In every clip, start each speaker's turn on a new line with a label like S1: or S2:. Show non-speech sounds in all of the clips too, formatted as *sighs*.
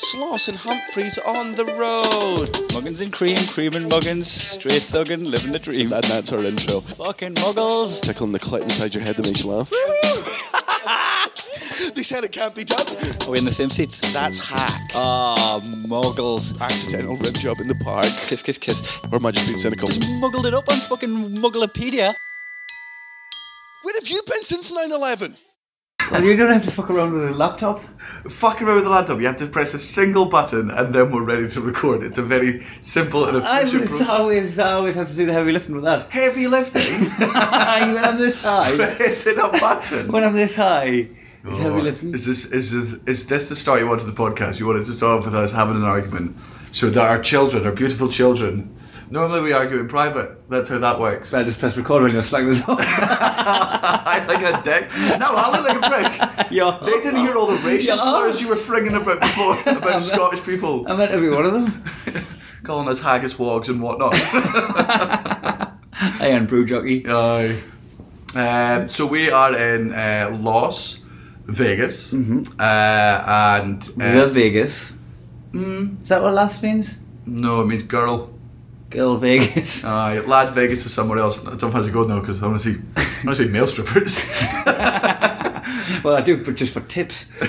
S1: Sloss and Humphreys on the road.
S2: Muggins and cream, cream and muggins, straight thuggin', living the dream.
S1: And that's our intro.
S2: Fucking muggles.
S1: Tickling the clit inside your head that makes you laugh. *laughs* they said it can't be done.
S2: Are we in the same seats?
S1: That's hack.
S2: Ah, muggles.
S1: Accidental rim job in the park.
S2: Kiss, kiss, kiss.
S1: Or am I just being cynical?
S2: Muggled it up on fucking Mugglepedia.
S1: Where have you been since 9 11?
S3: Well, you don't have to fuck around with a laptop.
S4: Fuck around with the laptop. You have to press a single button, and then we're ready to record. It's a very simple and
S3: I
S4: efficient
S3: would
S4: process.
S3: always, always have to do the heavy lifting with that. *laughs*
S4: Heavy lifting. *laughs*
S3: you when I'm this high,
S4: Pressing a button.
S3: when I'm this high, it's heavy
S4: Oh,
S3: lifting.
S4: Is this is this, is this the start you wanted the podcast? You wanted to start off with us having an argument, so that our children, our beautiful children. Normally we argue in private. That's how that works.
S3: I just press record when you're slagging this *laughs* off.
S4: *laughs* I like a dick. No, I look like a
S3: *laughs*
S4: prick.
S3: Yeah.
S4: They didn't hear all the racial
S3: Yeah.
S4: slurs you were fringing about
S3: *laughs*
S4: before about Scottish people
S3: I meant every one of them.
S4: *laughs* calling us haggis wogs and whatnot. *laughs*
S3: I am brew jockey.
S4: Aye. Um, so we are in uh, Las Vegas, uh, and
S3: The
S4: uh,
S3: Vegas. Mm. Is that what last means?
S4: no, it means girl.
S3: Girl Vegas.
S4: Aye, lad Vegas is somewhere else. I don't fancy going though because I want to see, I want to see male strippers.
S3: *laughs* well, I do, but just for tips.
S4: *laughs*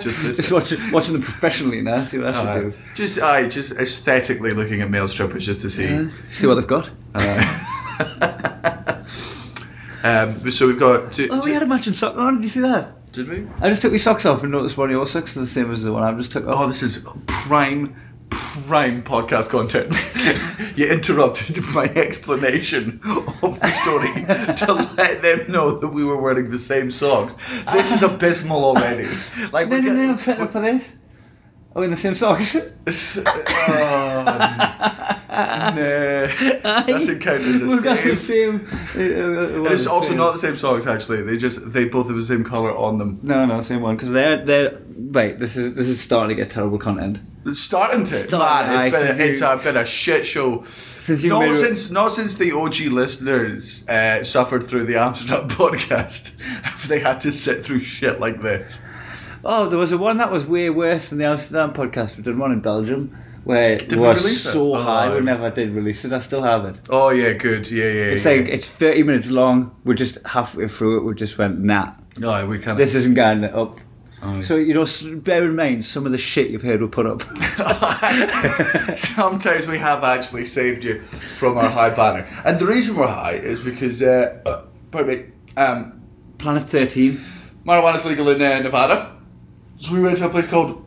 S4: just,
S3: Just watch, watching them professionally now, see what I should
S4: aye.
S3: do.
S4: just, aye, just aesthetically looking at male strippers just to see.
S3: See what they've got.
S4: *laughs* Um, so we've got. Two,
S3: Oh, we
S4: two-
S3: had a match in soccer on, did you see that?
S4: did we?
S3: I just took my socks off and noticed one of your socks is the same as the one I've just took off.
S4: Oh, this is prime, prime podcast content. *laughs* you interrupted my explanation of the story
S3: *laughs*
S4: to let them know that we were wearing the same socks. Oh, This is abysmal
S3: *laughs*
S4: already. Like
S3: no,
S4: we're
S3: no,
S4: getting- *laughs*
S3: no, I'm setting up for this. Oh, in the same socks.
S4: *laughs* Um,
S3: *laughs*
S4: nah, that's encounters
S3: We've got the
S4: the same.
S3: same. uh, uh, one
S4: And it's
S3: the
S4: also
S3: same.
S4: not the same socks. Actually, they just they both have the same color on them.
S3: No, no, same one because they're they're. Wait, this is this is starting to get terrible content.
S4: It's starting to
S3: Starting,
S4: man, it's
S3: aye,
S4: been
S3: since
S4: a, it's
S3: you-
S4: a been a shit show.
S3: Since you
S4: not
S3: made-
S4: since not since the OG listeners uh, suffered through the Amsterdam *laughs* podcast have they had to sit through shit like this.
S3: Oh, there was a one that was way worse than the Amsterdam podcast. We did one in Belgium where it
S4: we
S3: was
S4: release it?
S3: so
S4: Oh,
S3: high.
S4: no.
S3: We never did release it. I still have it.
S4: Oh yeah, good. Yeah, yeah.
S3: It's
S4: yeah.
S3: like it's thirty minutes long. We're just halfway through it. We just went nah.
S4: no, Oh, we Oh, kind
S3: This
S4: of.
S3: isn't going up.
S4: Aye.
S3: So you know, s- bear in mind some of the shit you've heard we put up. *laughs*
S4: *laughs* Sometimes we have actually saved you from our high banner, and the reason we're high is because uh, uh, pardon me, um,
S3: Planet Thirteen.
S4: marijuana's legal in uh, Nevada. So we went to a place called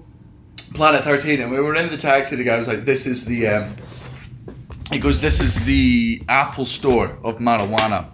S4: Planet 13 and we were in the taxi. The guy was like, This is the. Um, he goes, This is the Apple store of marijuana.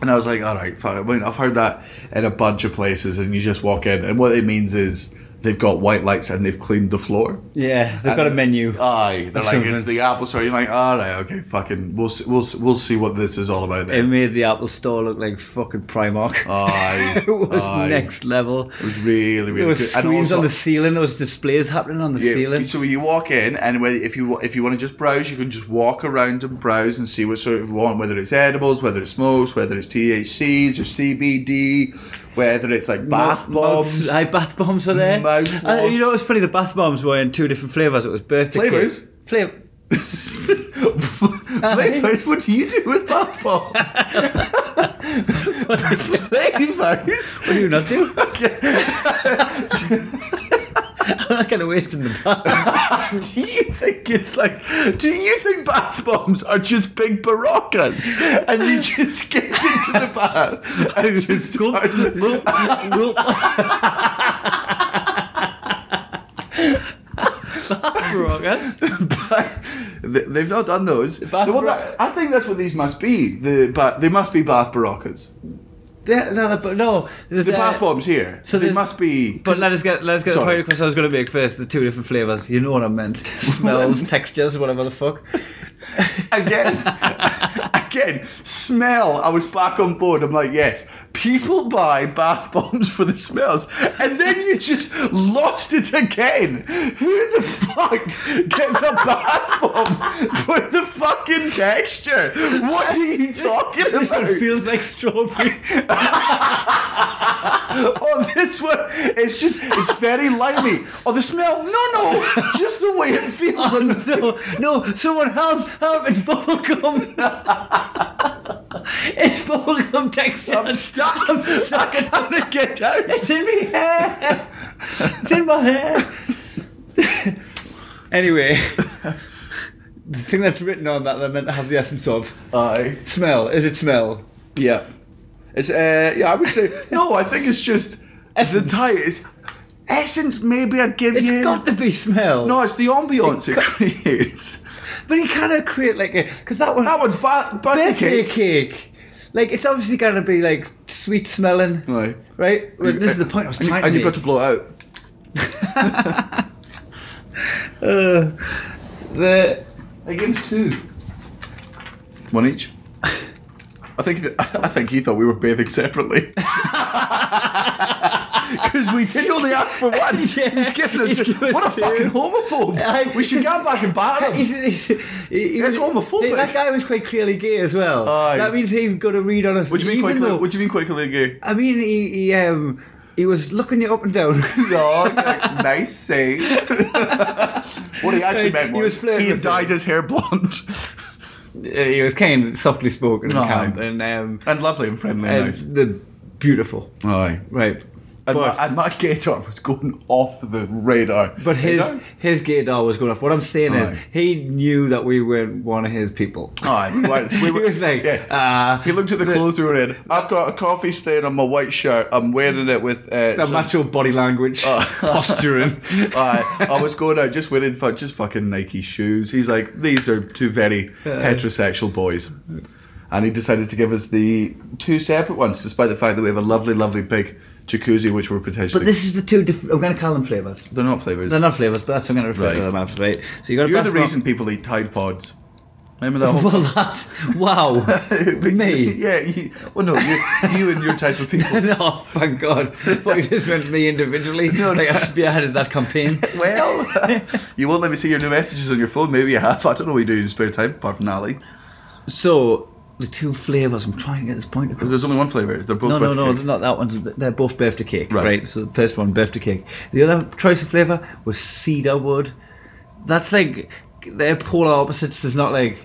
S4: And I was like, All right, fine. I mean, I've heard that in a bunch of places. And you just walk in, and what it means is they've got white lights and they've cleaned the floor.
S3: Yeah, they've got a menu.
S4: Aye. They're like,
S3: *laughs* Something.
S4: It's the Apple store. You're like, All right, okay, fucking. We'll see, we'll, see- we'll see what this is all about
S3: It
S4: then.
S3: made the Apple Store look like fucking Primark.
S4: Aye.
S3: *laughs* it was
S4: aye.
S3: next level.
S4: It was really,
S3: There
S4: really
S3: were
S4: good.
S3: screens on the ceiling. There was displays happening on the
S4: Yeah,
S3: ceiling.
S4: So you walk in, and whether- if you if you want to just browse, you can just walk around and browse and see what sort of you want, whether it's edibles, whether it's smokes, whether it's THCs or CBD, whether it's like bath
S3: Mouth- mouths-
S4: bombs. *laughs*
S3: *laughs* aye, bath bombs were there.
S4: Mouth
S3: Uh, you
S4: wash.
S3: know, it's funny. The bath bombs were in two different flavors. It was birthday
S4: Flavours?
S3: Flavor.
S4: Flavors? What do you do with bath bombs? *laughs*
S3: *laughs*
S4: Flavors?
S3: What do
S4: *laughs*
S3: you not do? *laughs* I'm not kind of wasting the bath.
S4: do you think it's like? Do you think bath bombs are just big barocas, and you just get into the bath and just start to- *laughs* They- They've not done those.
S3: bath
S4: The one
S3: bar-
S4: that- I think that's what these must be. The ba- they must be bath barocas.
S3: Yeah, no, no, no. There's,
S4: The
S3: uh,
S4: bath bombs here.
S3: so
S4: So they
S3: there's-
S4: must be.
S3: *laughs* But let us get let us get the
S4: Sorry.
S3: point across. I was going to make first the two different flavors. You know what I meant? *laughs* Smells, textures, whatever the *laughs* fuck.
S4: again, *laughs* again, smell. I was back on board. I'm like, yes, people buy bath bombs for the smells, and then you just lost it again. Who the fuck gets a bath platform *laughs* for the fucking texture. What are you talking
S3: *laughs* This one
S4: about?
S3: feels like strawberry. *laughs*
S4: *laughs* Oh, this one, it's just, it's very limey. Oh, the smell, no, no, just the way it feels on the
S3: *laughs* No, no, someone help, help, it's bubblegum. *laughs* it's bubblegum texture.
S4: I'm stuck. I'm stuck. I can't get out.
S3: It's in my hair. It's in my hair. *laughs* anyway, the thing that's written on that they're meant to have the essence of
S4: Aye.
S3: smell. Is it smell?
S4: Yeah. It's uh yeah, I would say no, I think it's just the
S3: Essence.
S4: diet is essence maybe I'd give
S3: It's
S4: you
S3: got to be smell.
S4: No, it's the ambiance it creates.
S3: but you cannot create like a because that one
S4: That one's bad birthday
S3: birthday
S4: cake.
S3: cake. Like it's obviously got to be like sweet smelling,
S4: Aye.
S3: right? Well, this is the point I was
S4: And, you,
S3: trying
S4: and
S3: to
S4: you've
S3: make.
S4: got to blow it out.
S3: Uh, the
S4: It gives two. One each. I think th- *laughs* I think he thought we were bathing
S3: *laughs*
S4: separately. Because we did only ask for one.
S3: *laughs* Yeah.
S4: He's giving us.
S3: He gave us
S4: What a
S3: two.
S4: fucking
S3: *laughs*
S4: homophobe!
S3: Aye.
S4: we should go back and batter
S3: *laughs*
S4: him.
S3: *laughs* He's, he's, he- he
S4: That's
S3: was-
S4: homophobic.
S3: That guy was quite clearly gay as well.
S4: Aye.
S3: That means he got a read on us.
S4: What do you mean
S3: even
S4: quickly?
S3: though-
S4: What do you mean quickly gay?
S3: I mean, he, he um he was looking you up and
S4: *laughs*
S3: down.
S4: No, nice
S3: *laughs*
S4: save. what he actually
S3: He-
S4: meant
S3: he was
S4: was he,
S3: flirting with
S4: dyed his hair blonde *laughs*
S3: *laughs* he was kind of softly spoken and
S4: Aye.
S3: calm and um
S4: and lovely and friendly and,
S3: and
S4: nice.
S3: the beautiful
S4: Aye.
S3: right.
S4: And,
S3: but-
S4: my, and my gator was going off the radar.
S3: But his
S4: You know?
S3: his gaydar was going off. What I'm saying is,
S4: Aye.
S3: he knew that we weren't one of his people.
S4: Aye, right. We were-
S3: *laughs* he was like,
S4: yeah.
S3: ah,
S4: He looked at the clothes we were in. I've got a coffee stain on my white shirt. I'm wearing it with uh,
S3: the
S4: some-
S3: macho body language, posturing.
S4: *laughs* Aye, I was going out just wearing fu- just fucking Nike shoes. He's like, these are two very heterosexual boys. And he decided to give us the two separate ones, despite the fact that we have a lovely, lovely big jacuzzi, which we're potentially.
S3: But this is the two different. I'm going to call them flavors.
S4: they're not flavors.
S3: They're not flavors, but that's what I'm going to refer to
S4: Right.
S3: them as, right? So you got a
S4: You're the
S3: basketball-
S4: reason
S3: *laughs*
S4: people eat Tide Pods. Remember *laughs* that
S3: Well,
S4: whole.
S3: that
S4: *laughs*
S3: wow, me. *laughs*
S4: Yeah, you, well, no, you, you and your type of people.
S3: No, Oh, thank God. But you just meant me individually.
S4: *laughs* No, no.
S3: like I spearheaded that campaign.
S4: *laughs* Well, you won't let me see your new messages on your phone. Maybe you have. I don't know what you do in your spare time, apart from Nally.
S3: *laughs* So the two flavors. I'm trying to get this point across.
S4: There's only one flavour. They're both
S3: No, no,
S4: birthday
S3: no,
S4: cake.
S3: not that one's. They're both birthday cake,
S4: Right.
S3: right? So the first one, birthday cake. The other choice of flavour was cedar wood. That's like they're polar opposites. There's not like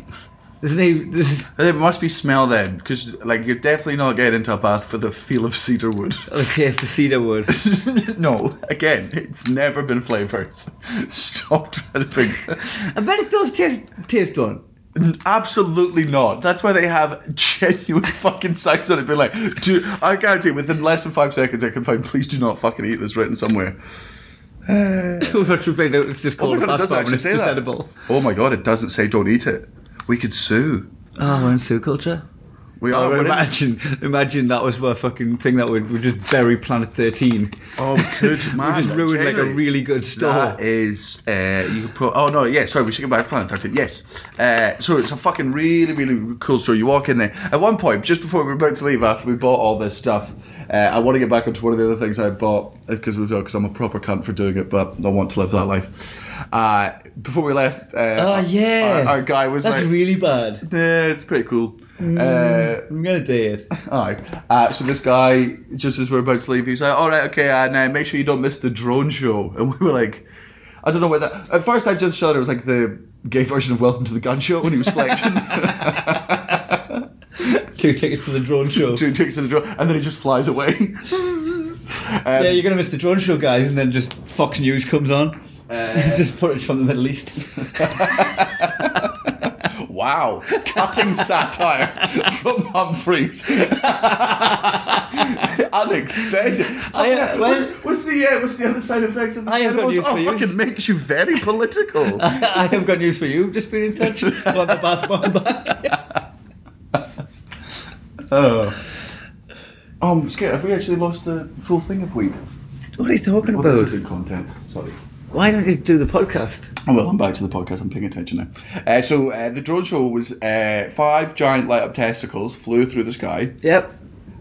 S3: there's no there's,
S4: It must be smell then, because like you're definitely not getting into a bath for the feel of cedar wood. *laughs*
S3: oh, taste of cedar wood.
S4: no, again, it's never been flavors. *laughs* Stop trying to think.
S3: I bet it does taste taste *laughs* one.
S4: Absolutely not. That's why they have genuine *laughs* fucking signs on it. Be like, do I guarantee within less than five seconds I can find. Please do not fucking eat this written somewhere. *sighs* Uh,
S3: We've actually found out it's just
S4: Oh my
S3: called
S4: god, it
S3: a
S4: does
S3: platform and
S4: actually
S3: it's
S4: say
S3: just
S4: that.
S3: edible.
S4: Oh my god, it doesn't say don't eat it. We could sue.
S3: Oh, we're in Sioux culture.
S4: We
S3: Oh,
S4: are. we're in-
S3: imagine, imagine that was my fucking thing that would would just bury Planet Thirteen.
S4: *laughs* Oh,
S3: *laughs*
S4: good man.
S3: we just ruined like a
S4: genuinely.
S3: really good store.
S4: That is, uh, you could put. Oh no, yeah. Sorry, we should get back to Planet Thirteen. Yes. Uh, so it's a fucking really, really cool store. You walk in there. At one point, just before we were about to leave, after we bought all this stuff, uh, I want to get back onto one of the other things I bought because we've because I'm a proper cunt for doing it, but I want to live that life. Uh, before we left, uh,
S3: Oh
S4: our-
S3: yeah,
S4: our, our guy was
S3: that's Mm.
S4: like,
S3: really bad.
S4: "Yeah, it's pretty cool." Uh,
S3: I'm gonna do it. *laughs*
S4: Aye. Uh, so this guy, just as we're about to leave, he's like, "All right, okay, and uh, make sure you don't miss the drone show." *laughs* And we were like, "I don't know whether." At first, I just shouted, "It was like the gay version of Welcome to the Gun Show" when he was *laughs* flexing
S3: Two tickets to the drone *laughs* show.
S4: two ticks to the drone, and then he just flies away. *laughs* Um,
S3: Yeah, you're gonna miss the drone show, guys, and then just Fox News comes on. it's just footage from the Middle *laughs* East.
S4: *laughs* Wow, cutting satire from Humphreys. *laughs* Unexpected.
S3: I, uh,
S4: what's, what's the uh, what's the other side effects of the
S3: I have got
S4: animals?
S3: news
S4: oh,
S3: for you.
S4: fucking makes you very
S3: *laughs*
S4: political.
S3: I have got news for you. I've Just been in *laughs* touch. Want the bath bomb back?
S4: Oh. Um, I'm scared. Have we actually lost the full thing of weed?
S3: What are you talking
S4: Well, this isn't content. Sorry.
S3: Why don't you do the podcast?
S4: Oh, well, I'm back to the podcast. I'm paying attention now. Uh, so uh, the drone show was uh, five giant light up testicles flew through the sky
S3: Yep.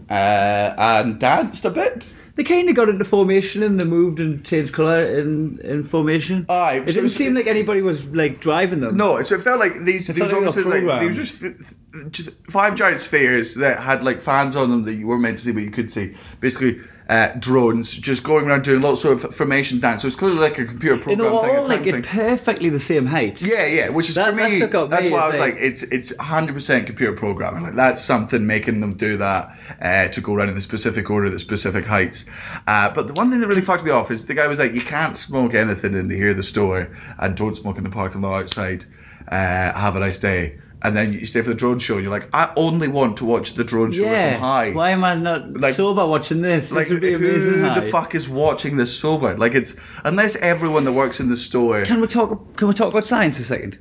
S4: uh, and danced a bit.
S3: They kind of got into formation and they moved and changed colour in, in formation.
S4: Aye, so
S3: it didn't
S4: it's-
S3: seem like anybody was like driving them.
S4: No, so it felt like these. These
S3: felt like a
S4: obviously like
S3: programme.
S4: these were just f- f- just five giant spheres that had like fans on them that you weren't meant to see, but you could see. Basically, uh, drones just going around doing lots of formation dance. So it's clearly like a computer
S3: and they
S4: program
S3: were
S4: thing, a
S3: all
S4: time
S3: like
S4: thing.
S3: at perfectly the same height.
S4: Yeah, yeah, which is
S3: That-
S4: for me.
S3: that's what got
S4: That's
S3: me,
S4: why I
S3: I
S4: was
S3: think.
S4: like, it's it's 100% computer programming. Like that's something making them do that uh, to go around in the specific order, the specific heights. Uh, but the one thing that really fucked me off is the guy was like, you can't smoke anything in here, the store, and don't smoke in the parking lot outside. Uh, have a nice day. And then you stay for the drone show, and you're like, I only want to watch the drone show
S3: Yeah.
S4: from high.
S3: Why am I not
S4: Like-
S3: sober watching this?
S4: Like,
S3: this would be amazing.
S4: who the
S3: aye.
S4: fuck is watching this sober? Like, it's unless everyone that works in the store,
S3: Can we talk? Can we talk about science a second?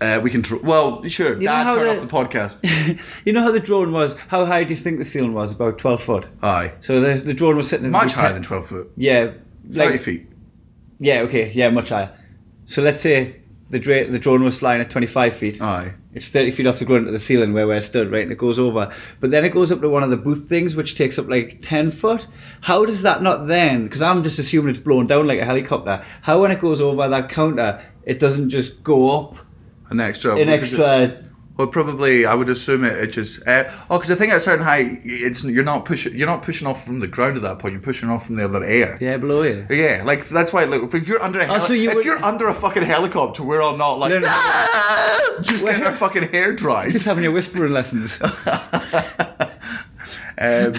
S4: uh, we can. Tr- well, sure,
S3: know
S4: Dad,
S3: how
S4: turn
S3: the-
S4: off the podcast.
S3: *laughs* you know how the drone was? How high do you think the ceiling was? About twelve foot.
S4: Aye.
S3: So the, the drone was sitting in
S4: Much
S3: the
S4: higher than 12 foot.
S3: yeah,
S4: 30
S3: like,
S4: feet.
S3: yeah, okay, yeah, much higher. So let's say the dra- the drone was flying at twenty five feet.
S4: Aye.
S3: It's 30 feet off the ground to the ceiling where we're stood, right? And it goes over. But then it goes up to one of the booth things, which takes up like 10 foot. How does that not then, because I'm just assuming it's blown down like a helicopter, how when it goes over that counter, it doesn't just go up
S4: An extra.
S3: an
S4: because it-
S3: extra.
S4: well, probably. I would assume it, it just. Uh, oh, because I think at a certain height, it's you're not pushing. You're not pushing off from the ground at that point. You're pushing off from the other air.
S3: Yeah, below you. *laughs*
S4: Yeah, like that's why. Look, if you're under a heli-
S3: so you
S4: if
S3: would-
S4: you're under a fucking helicopter, we're all not like
S3: No, no, no.
S4: "Ah!" just getting our fucking hair dried.
S3: Just having your whispering lessons.
S4: *laughs* Um,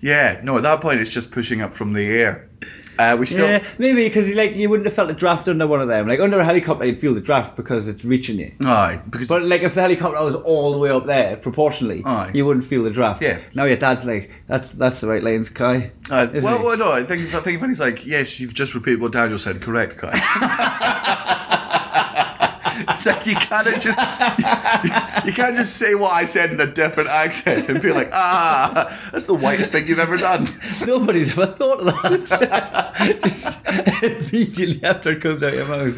S4: yeah, no. At that point, it's just pushing up from the air. Uh, we still.
S3: Yeah, maybe because like you wouldn't have felt a draft under one of them. Like under a helicopter, you'd feel the draft because it's reaching you.
S4: Aye, because
S3: But like, if the helicopter was all the way up there proportionally,
S4: Aye.
S3: you wouldn't feel the draft.
S4: Yeah.
S3: Now your dad's like, "That's that's the right lanes, Kai."
S4: Uh,
S3: Isn't
S4: well,
S3: he?
S4: well, no, I think I think Fanny's like, yes, you've just repeated what Daniel said. Correct, Kai. It's like you can't just you, can't just say what I said in a different accent and be like, ah, that's the whitest thing you've ever done.
S3: *laughs* Nobody's ever thought of that. *laughs* Just immediately after it comes out your mouth,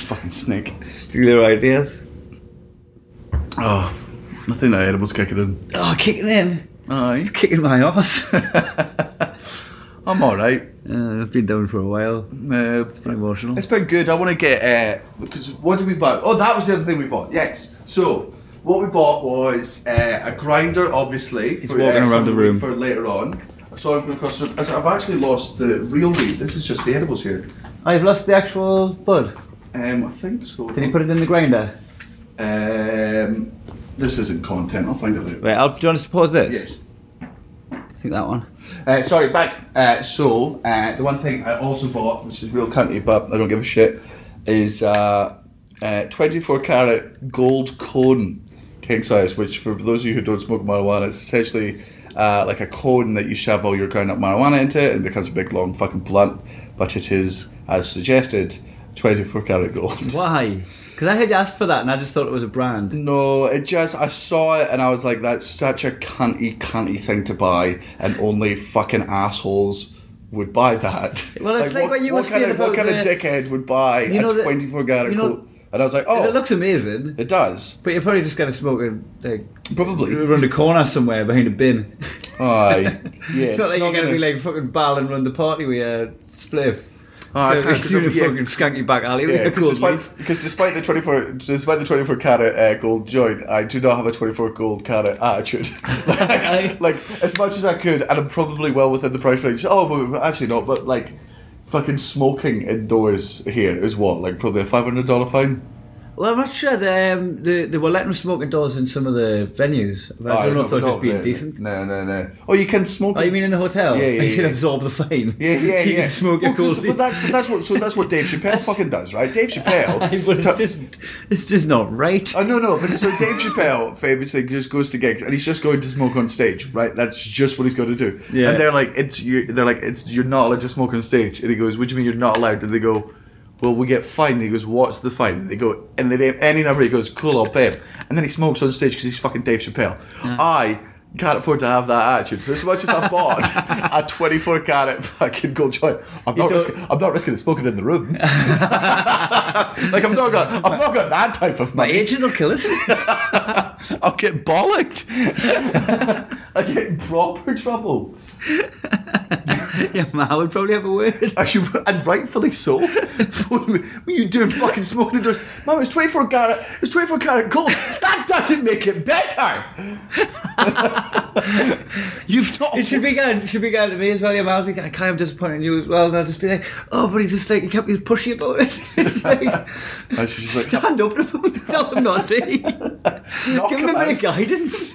S4: Fucking snake.
S3: steal your ideas.
S4: Oh, I think that edible's kicking in.
S3: Oh, kicking in,
S4: Aye, *laughs*
S3: kicking my ass. *laughs* Uh,
S4: I'm all right.
S3: I've been down for a while.
S4: Uh,
S3: Pretty emotional.
S4: It's been good. I want to get uh, because what did we buy? Oh, that was the other thing we bought. Yes. So what we bought was uh, a grinder, obviously. He's
S3: walking around the room.
S4: for later on. So I'm going across. As I've actually lost the real weed. This is just the edibles here.
S3: I've lost the actual bud.
S4: Um, I think so.
S3: Can you put it in the grinder?
S4: Um, this isn't content. I'll find it later.
S3: Right, I'll, do you want us to pause this?
S4: Yes.
S3: I think that one.
S4: Uh, sorry, back. Uh, so uh, the one thing I also bought, which is real cunty, but I don't give a shit, is uh, uh, 24 carat gold cone king size. Which for those of you who don't smoke marijuana, it's essentially uh, like a cone that you shove all your ground up marijuana into, and it becomes a big long fucking blunt. But it is, as suggested, 24 carat gold.
S3: Why? Because I had asked for that, and I just thought it was a brand.
S4: No, it just I saw it and I was like, that's such a cunty, cunty thing to buy, and only fucking assholes would buy that.
S3: Well, it's like what you were
S4: kind
S3: saying
S4: of, what
S3: about
S4: kind of
S3: the-
S4: dickhead would buy
S3: You know
S4: a
S3: the-
S4: twenty four carat
S3: you know-
S4: coat? And I was like, oh,
S3: It looks amazing.
S4: it does
S3: But you're probably just going to smoke a, like,
S4: probably.
S3: around the corner somewhere behind a bin. *laughs*
S4: Aye, yeah,
S3: it's, not like you're going to
S4: gonna-
S3: be like fucking ball and run the party with a spliff.
S4: Oh, I can't, 'cause
S3: doing a
S4: I'm- yeah.
S3: fucking skanky back alley with
S4: Yeah,
S3: a
S4: because
S3: cold
S4: despite,
S3: leaf.
S4: 'cause despite the twenty four, despite the twenty four carat uh, gold joint, I do not have a twenty four gold carat
S3: *laughs*
S4: attitude. *laughs* like, like, as much as I could, and I'm probably well within the price range. Oh, but but actually not. But like, fucking smoking indoors here is what like probably a five hundred dollar fine.
S3: Well, I'm not sure they, um, they, they were letting them smoke indoors in some of the venues. But I
S4: Aye,
S3: don't know if they're
S4: no,
S3: just being
S4: no,
S3: decent.
S4: No, no, no. Oh, you can smoke.
S3: Oh, you mean in the hotel?
S4: Yeah, yeah,
S3: *laughs* You can
S4: yeah.
S3: absorb the fine.
S4: Yeah, yeah,
S3: *laughs* you
S4: yeah.
S3: Can smoke
S4: Well,
S3: your
S4: 'cause- but
S3: cold leaf.
S4: that's but that's what so that's what Dave
S3: *laughs*
S4: Chappelle fucking does, right? Dave Chappelle.
S3: but
S4: tu-
S3: it's just, it's just not
S4: *laughs*
S3: right.
S4: Oh no no! But so Dave Chappelle famously just goes to gigs and he's just going to smoke on stage, right? That's just what he's going to do.
S3: Yeah.
S4: And they're like, it's you. They're like, it's you're not allowed to smoke on stage. And he goes, "What do you mean you're not allowed?" And they go, "Well, we get fined." And he goes, "What's the fine?" And they go, and they name any number. He goes, "Cool, I'll pay him." And then he smokes on stage because he's fucking Dave Chappelle. I can't afford to have that attitude. So as much as I
S3: *laughs*
S4: bought a 24 carat fucking gold joint, I'm not
S3: don't-
S4: risking. I'm not risking it smoking in the
S3: *laughs*
S4: room. *laughs* like I've not got. I've not got that type of
S3: My
S4: money. *laughs*
S3: agent will kill us.
S4: I'll get bollocked. *laughs* I get in proper trouble.
S3: *laughs* yeah, Ma would probably have a word.
S4: Actually, and rightfully so. *laughs* what are you doing fucking smoking doors? Mum, it's 24 carat, it's 24 carat gold. That doesn't make it better. *laughs* You've not.
S3: It should be going, it should be going to me as well. Yeah, Ma would be going, kind of disappointed in you as well. And I'd just be like, oh, but he just like, he kept being pushy *laughs* about it.
S4: *laughs*
S3: like,
S4: And she's just like,
S3: stand up to him, tell him not to.
S4: *laughs* Knock
S3: *laughs* Give
S4: him
S3: him a bit
S4: out. *laughs*
S3: of guidance. *laughs*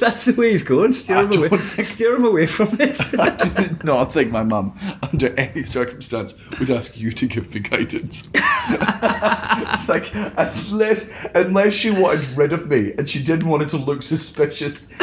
S3: That's the way he's going. Steer
S4: I
S3: him, away.
S4: don't think-
S3: *laughs* Steer him away from
S4: *laughs*
S3: it. *laughs*
S4: I do not think my mum, under any circumstance, would ask you to give me guidance. *laughs* like, unless unless she wanted rid of me and she didn't want it to look suspicious. *laughs*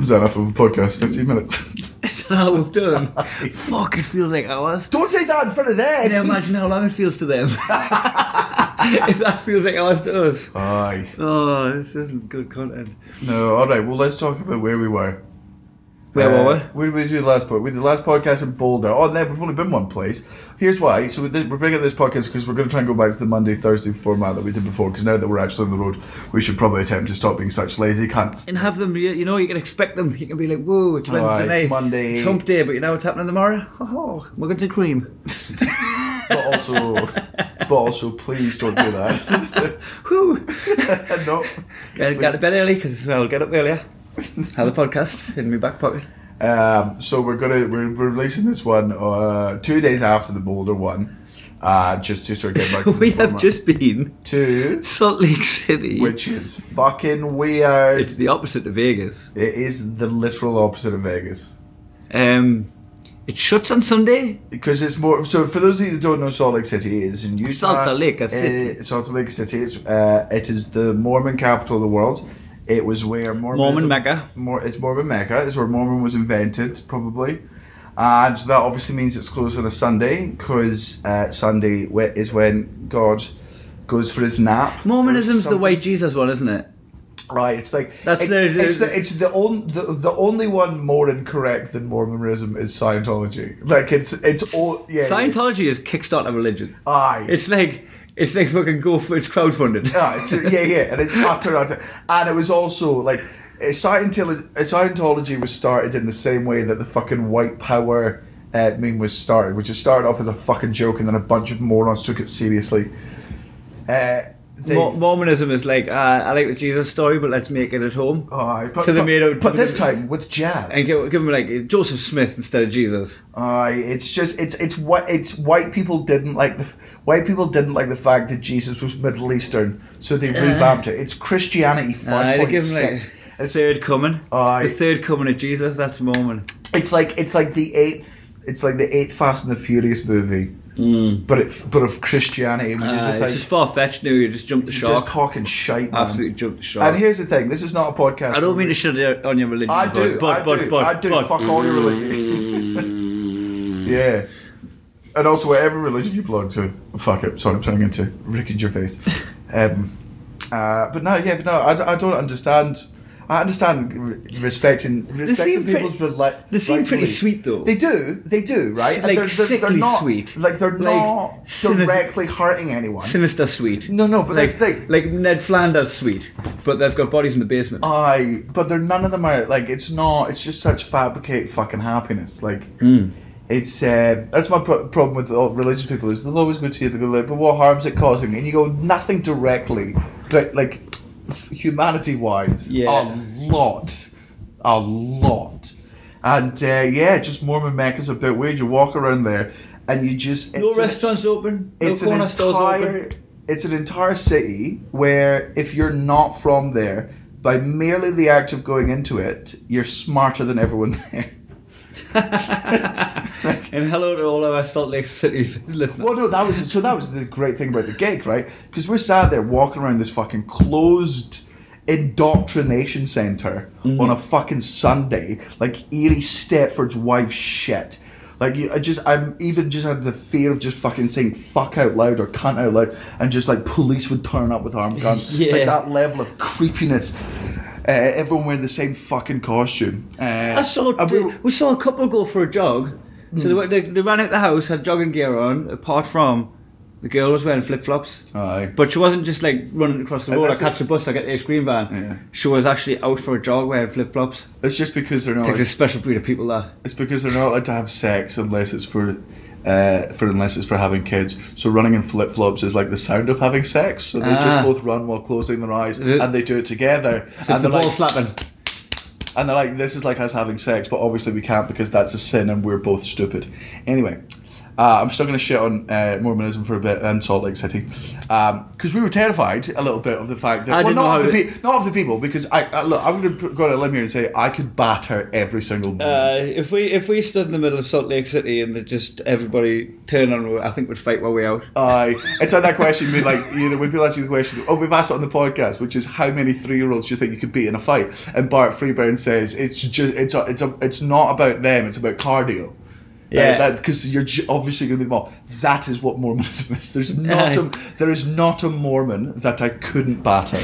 S4: Is that enough of a podcast? 15 minutes.
S3: That's how we've done. Fuck, it feels like hours.
S4: Don't say that in front of
S3: Can you
S4: them!
S3: imagine how long it feels to them? *laughs* if that feels like hours to us.
S4: Aye.
S3: Oh, this isn't good content.
S4: No, alright, well, let's talk about where we were.
S3: Where
S4: Uh,
S3: were we?
S4: Where did we do the last pod? We did the last podcast in Boulder. Oh, no, we've only been one place. Here's why. So we did, we're bringing up this podcast because we're going to try and go back to the Monday Thursday format that we did before. Because now that we're actually on the road, we should probably attempt to stop being such lazy
S3: *laughs*
S4: cunts. *laughs*
S3: And have them, you you know, you can expect them. You can be like, whoa, it's Wednesday
S4: Alright, it's
S3: night.
S4: Monday.
S3: It's hump day, but you know what's happening tomorrow? *laughs* Oh, we're going to cream.
S4: *laughs* But also, but also, please don't do that.
S3: *laughs* Whew.
S4: *laughs* no.
S3: Get, get to bed early because I'll get up earlier. Have a podcast in my back pocket.
S4: Um, so we're gonna we're, we're releasing this one uh, two days after the Boulder one, uh, just to sort of
S3: *laughs*
S4: get back.
S3: So
S4: to
S3: we
S4: the
S3: have
S4: format.
S3: just been
S4: two,
S3: Salt Lake City,
S4: which is fucking weird.
S3: it's the opposite of Vegas.
S4: It is the literal opposite of Vegas.
S3: Um, it shuts on Sunday.
S4: Because it's more. So for those of you that don't know, Salt Lake City is in Utah.
S3: Salt Lake
S4: uh,
S3: City.
S4: Salt Lake City. It's, uh, it is the Mormon capital of the world. It was where Mormon.
S3: Mormon Mecca.
S4: Mor- it's Mormon Mecca. It's where Mormon was invented, probably. And that obviously means it's closed on a Sunday, because uh, Sunday whe- is when God goes for his nap. or
S3: Mormonism's the
S4: something.
S3: white Jesus one, isn't it?
S4: Right, it's like
S3: That's
S4: it's,
S3: their-
S4: it's the it's the, on, the the only one more incorrect than Mormonism is Scientology. Like it's it's all yeah.
S3: Scientology is Kickstarter religion.
S4: Aye.
S3: It's like it's like fucking go for it's crowdfunded.
S4: *laughs* yeah, Ah, it's, yeah, yeah, and it's utter, utter. And it was also like eh, Scientology. eh, Scientology was started in the same way that the fucking white power uh, meme was started, which it started off as a fucking joke, and then a bunch of morons took it seriously. Uh, they,
S3: *laughs* Mo- Mormonism is like uh, I like the Jesus story, but let's make it at home.
S4: aye, but,
S3: so they
S4: but-
S3: made out-
S4: but this time with jazz.
S3: And give, give him like Joseph Smith instead of Jesus.
S4: Aye, it's just it's it's what it's white people didn't like the white people didn't like the fact that Jesus was Middle Eastern, so they revamped it. It's Christianity five
S3: Uh. Aye, Uh, they
S4: point
S3: give him
S4: six.
S3: like
S4: It's
S3: third coming.
S4: Aye.
S3: The third coming of Jesus. That's Mormon.
S4: it's like it's like the eighth it's like the eighth Fast and the Furious movie, but it but of Christianity. When
S3: Uh,
S4: you're just Ah, like
S3: it's just far fetched now. You just jump the
S4: you're
S3: shark.
S4: just talking shite, man.
S3: Absolutely jump the shark.
S4: And here's the thing: this is not a podcast.
S3: I don't mean
S4: where
S3: to shut it on your religion.
S4: I do.
S3: But,
S4: I
S3: but,
S4: do.
S3: but,
S4: I do.
S3: But,
S4: Fuck all your religion. *laughs* yeah. And also, whatever religion you belong to, fuck it. Sorry, I'm turning into Ricky Gervais. Um, uh, but no, yeah, but no, I, I don't understand. I understand re- respecting respecting
S3: seem pre-
S4: people's rela-
S3: they seem
S4: right to
S3: pretty
S4: leave.
S3: sweet, though.
S4: They do, they do, right? And
S3: Like
S4: they're, they're, they're
S3: sickly
S4: not
S3: sweet.
S4: like they're
S3: Like *laughs*
S4: not
S3: cynic-
S4: directly hurting anyone.
S3: Sinister sweet.
S4: No, no, but
S3: like,
S4: that's the thing.
S3: like Ned Flanders sweet, but they've got bodies in the basement.
S4: I, but they're none of them are like it's not. It's just such fabricate fucking happiness. Like
S3: Hmm.
S4: it's uh, that's my pro- problem with all religious people is they'll always go to you. They go like, but what harm's it causing? And you go nothing directly, but like humanity wise,
S3: Yeah.
S4: a lot, a lot. And uh, yeah, just Mormon Mecca's a bit weird. You walk around there, and you just
S3: no
S4: it's an-
S3: restaurants open. No
S4: it's an
S3: corner stores
S4: entire
S3: open.
S4: it's an entire city where if you're not from there by merely the act of going into it you're smarter than everyone *laughs* there
S3: *laughs* And hello to all our Salt Lake City *laughs* listeners.
S4: well no that was so that was the great thing about the gig right because we're sat there walking around this fucking closed indoctrination center
S3: Mm-hmm.
S4: on a fucking sunday like eerie stepford's wife shit like you, I just, I'm even just had the fear of just fucking saying fuck out loud or cunt out loud, and just like police would turn up with
S3: *laughs*
S4: armed guns.
S3: Yeah.
S4: Like that level of creepiness. Uh, everyone wearing the same fucking costume. Uh,
S3: I saw
S4: and we were-
S3: we, Hmm. saw a couple go for a jog. So they, went- they, they ran out the house, had jogging gear on, apart from The girl was wearing flip flops.
S4: Aye.
S3: But she wasn't just like running across the
S4: And
S3: road, I
S4: that's
S3: catch
S4: it.
S3: the bus, I get the ice cream van.
S4: Yeah.
S3: She was actually out for a jog wearing flip flops.
S4: It's just because they're not.
S3: Takes a special breed of people that.
S4: It's because they're not allowed to have sex unless it's for, uh, for unless it's for having kids. So running in flip flops is like the sound of having sex. So they
S3: Ah.
S4: just both run while closing their eyes,
S3: Is it-
S4: and they do it together.
S3: So it's
S4: and
S3: the
S4: they're
S3: ball
S4: like,
S3: slapping.
S4: and they're like, this is like us having sex, but obviously we can't because that's a sin, and we're both stupid. Anyway. Uh, I'm still going to shit on uh, Mormonism for a bit and Salt Lake City because we were terrified a little bit of the fact that
S3: I
S4: well
S3: didn't know
S4: not of,
S3: how
S4: the
S3: to-
S4: pe- not of the people because I, I look I'm going to go on a limb here and say I could batter every single Mormon.
S3: Uh, if we if we stood in the middle of Salt Lake City and it just everybody turned on, I think we'd fight our way out.
S4: Aye. It's like that question, being like, you know, when people ask you the question, oh, we've asked it on the podcast, which is how many three year olds do you think you could beat in a fight? And Bart Freeburn says, it's just, it's a, it's a, it's not about them, it's about cardio.
S3: Yeah.
S4: Because you're ju- obviously going to be the mob. That is what Mormonism is. There's not a,
S3: Aye.
S4: there is not a Mormon that I couldn't batter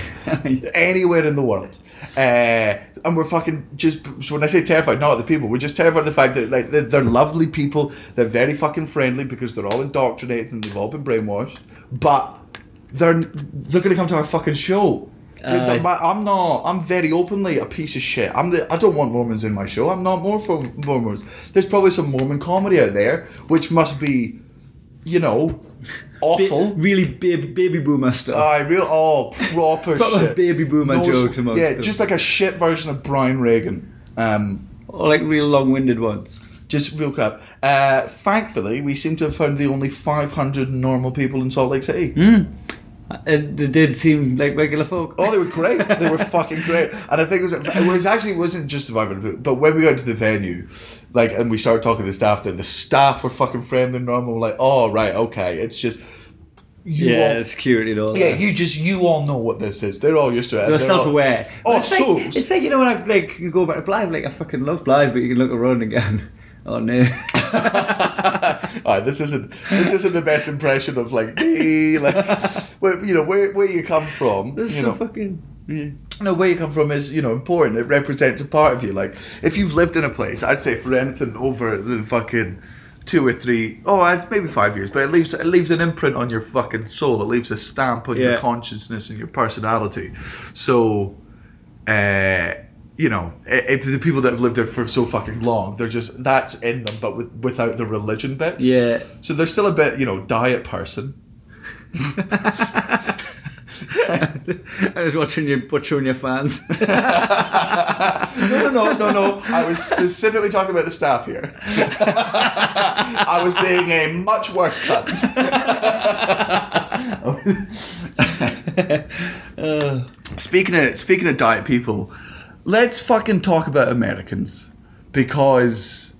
S4: anywhere in the world. Uh, and we're fucking just so when I say terrified, not at the people. We're just terrified of the fact that like they're, they're lovely people. They're very fucking friendly because they're all indoctrinated and they've all been brainwashed. But they're they're gonna come to our fucking show.
S3: Aye.
S4: My- I'm not. I'm very openly a piece of shit. I'm the. I don't want Mormons in my show. I'm not more for Mormons. There's probably some Mormon comedy out there which must be, you know, awful.
S3: really baby, baby boomer stuff.
S4: I real oh proper
S3: Proper
S4: shit.
S3: baby boomer jokes amongst
S4: Yeah,
S3: them.
S4: just like a shit version of Brian Reagan. Um,
S3: or like real long-winded ones.
S4: just real crap. Uh, thankfully, we seem to have found the only 500 normal people in Salt Lake City.
S3: Uh, they did seem like regular folk.
S4: Oh, they were great. They
S3: *laughs*
S4: were fucking great. And I think it was, it was actually it wasn't just the vibrant, but when we got to the venue, like, and we started talking to the staff, that the staff were fucking friendly, normal. We're like, oh right, okay. It's just you
S3: yeah,
S4: all-
S3: it's cute and all.
S4: yeah.
S3: that.
S4: You just you all know what this is. They're all used to it.
S3: They're
S4: They're all-
S3: self-aware.
S4: Oh,
S3: But it's like-
S4: so-
S3: it's like you know when I like you go back to Blythe, like I fucking love Blythe, but you can look around again. *laughs* Oh no.
S4: *laughs* Alright, this isn't this isn't the best impression of like me, like *laughs* where, you know where where you come from.
S3: This is
S4: you
S3: so
S4: know,
S3: fucking.
S4: *laughs*
S3: *laughs* Yeah.
S4: no, where you come from is you know important. It represents a part of you. Like if you've lived in a place, I'd say for anything over the fucking two or three, oh, it's maybe five years, but it leaves it leaves an imprint on your fucking soul. It leaves a stamp on your
S3: Yeah.
S4: consciousness and your personality. So, uh, you know, i- if the people that have lived there for so fucking long, they're just that's in them, but with, without the religion bit.
S3: Yeah.
S4: So they're still a bit, you know, diet person.
S3: I was watching you butchering your
S4: *laughs*
S3: fans. *laughs*
S4: No, no, no, no, no. I was specifically talking about the staff here. I was being a much worse Uh, cunt.
S3: Uh,
S4: speaking of speaking of diet people, let's fucking talk about Americans because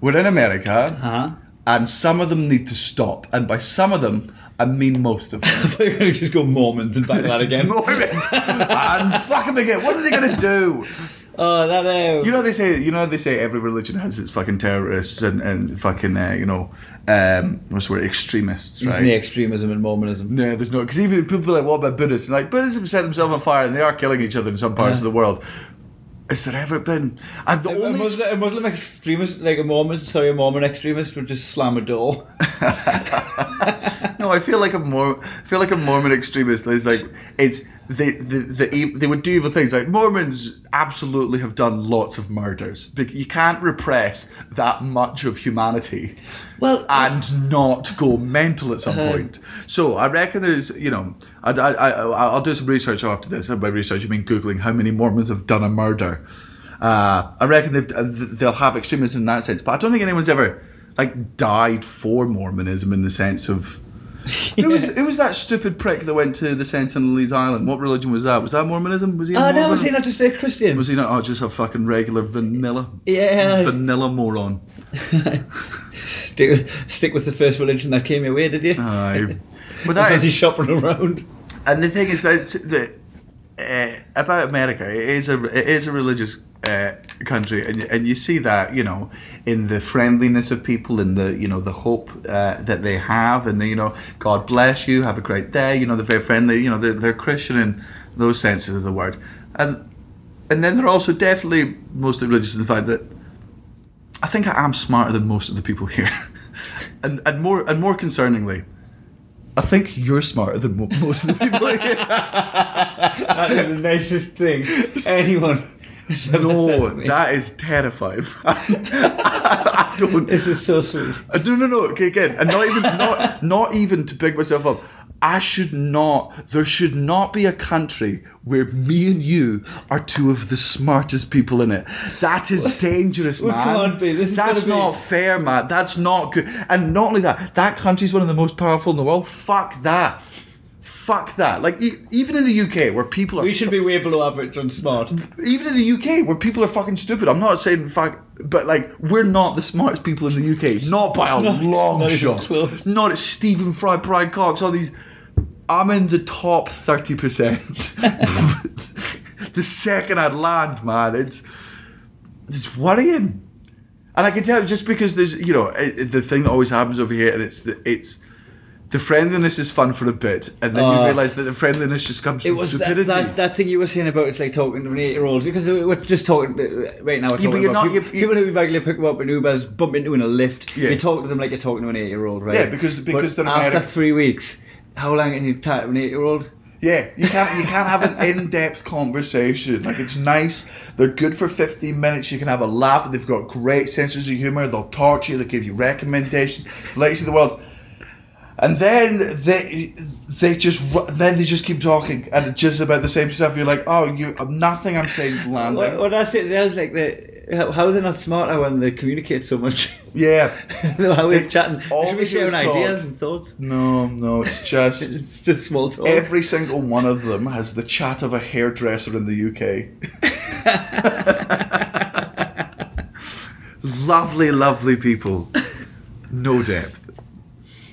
S4: we're in America,
S3: huh?
S4: and some of them need to stop. And by some of them, I mean most of them.
S3: They're gonna just go Mormons and back
S4: *laughs*
S3: that again.
S4: Mormons and fucking again. What are they gonna do?
S3: Oh, that uh,
S4: You know they say you know they say every religion has its fucking terrorists and, and fucking uh, you know um, what's the word extremists
S3: Isn't
S4: right?
S3: the extremism and Mormonism?
S4: no, there's not because even people are like what about Buddhists? And like Buddhists have set themselves on fire and they are killing each other in some parts of the world. Has there ever been? And the
S3: A, a
S4: only
S3: Muslim, a Muslim extremist, like a Mormon, sorry, a Mormon extremist would just slam a door.
S4: *laughs* no, I feel like a more I feel like a Mormon extremist is like it's they the, the, ev they would do evil things like Mormons absolutely have done lots of murders. Bec- You can't repress that much of humanity.
S3: Well,
S4: and not go mental at some point. So I reckon there's, you know, I, I, I, I'll do some research after this. And by research, I mean Googling how many Mormons have done a murder. Uh, I reckon they've, uh, they'll have extremism in that sense, but I don't think anyone's ever like died for Mormonism in the sense of. Who was who was that stupid prick that went to the Sentinelese Island? What religion was that? Was that Mormonism? Was he? A
S3: oh *laughs*
S4: Mormon?
S3: no, was he not just a Christian?
S4: Was he not? Oh, just a fucking regular vanilla.
S3: Yeah.
S4: Vanilla moron.
S3: stick, stick with the first religion that came your way, did you? *laughs*
S4: Aye. But that
S3: Because
S4: is-
S3: he's shopping around.
S4: And the thing is that the, uh, about America, it is a it is a religious uh, country, and and you see that you know in the friendliness of people, in the you know the hope uh, that they have, and the, you know God bless you, have a great day. You know they're very friendly. You know they're they're Christian in those senses of the word, and and then they're also definitely mostly religious in the fact that I *laughs* think I am smarter than most of the people here, and and more and more concerningly, I think you're smarter than mo- most of the people here.
S3: That is the nicest thing anyone. has ever said
S4: No,
S3: to me.
S4: that is terrifying. *laughs* I don't.
S3: This is so sweet.
S4: Uh, No, no, no. Okay, again, and not even not not even to big myself up. I should not. There should not be a country where me and you are two of the smartest people in it. That is dangerous, man.
S3: can't be. This is
S4: That's
S3: gotta be-
S4: not fair, man. That's not good. And not only that, that country's one of the most powerful in the world. Fuck that. Fuck that. Like e- even in the UK, where people are
S3: We should be way below average on smart.
S4: even in the UK, where people are fucking stupid. I'm not saying fuck, but like we're not the smartest people in the UK, not by a long
S3: *laughs* not even
S4: shot.
S3: close.
S4: Not at Stephen Fry, Brian Cox, all these. I'm in the top thirty percent. *laughs* the second I land, man, it's it's worrying. And I can tell just because there's you know it, it- the thing that always happens over here, and it's the, it's. The friendliness is fun for a bit, and then you
S3: Uh,
S4: realise that the friendliness just comes
S3: It
S4: from
S3: was that,
S4: stupidity.
S3: that, that thing you were saying about it's like talking to an eight year old because we're just talking uh, right
S4: Yeah, but
S3: now. We're talking
S4: you're
S3: about
S4: not-
S3: people,
S4: you're- you-
S3: people who regularly pick them up in Ubers bump into in a lift.
S4: Yeah.
S3: You talk to them like you're talking to an eight year old, right?
S4: Yeah, because-
S3: But
S4: because they're
S3: after
S4: American.
S3: three weeks, how long can you talk to an eight year old?
S4: Yeah, you can't you can't have an in depth conversation. Like it's nice. They're good for fifteen minutes. You can have a laugh. They've got great senses of humor. They'll talk to you. They give you recommendations. Let you see the world. And then they they just ru- then they just keep talking and it's just about the same stuff. You're like, oh, you nothing I'm saying is landing.
S3: What, what I said there was like the how, how they're not smarter when they communicate so much. *laughs*
S4: Yeah.
S3: they're always
S4: They-
S3: chatting.
S4: all
S3: All should
S4: they
S3: be
S4: do is
S3: sharing
S4: talk.
S3: ideas and thoughts.
S4: No, no, it's
S3: *laughs*
S4: just
S3: It's just small talk.
S4: every single one of them has the chat of a hairdresser in the UK. lovely, lovely people. No depth.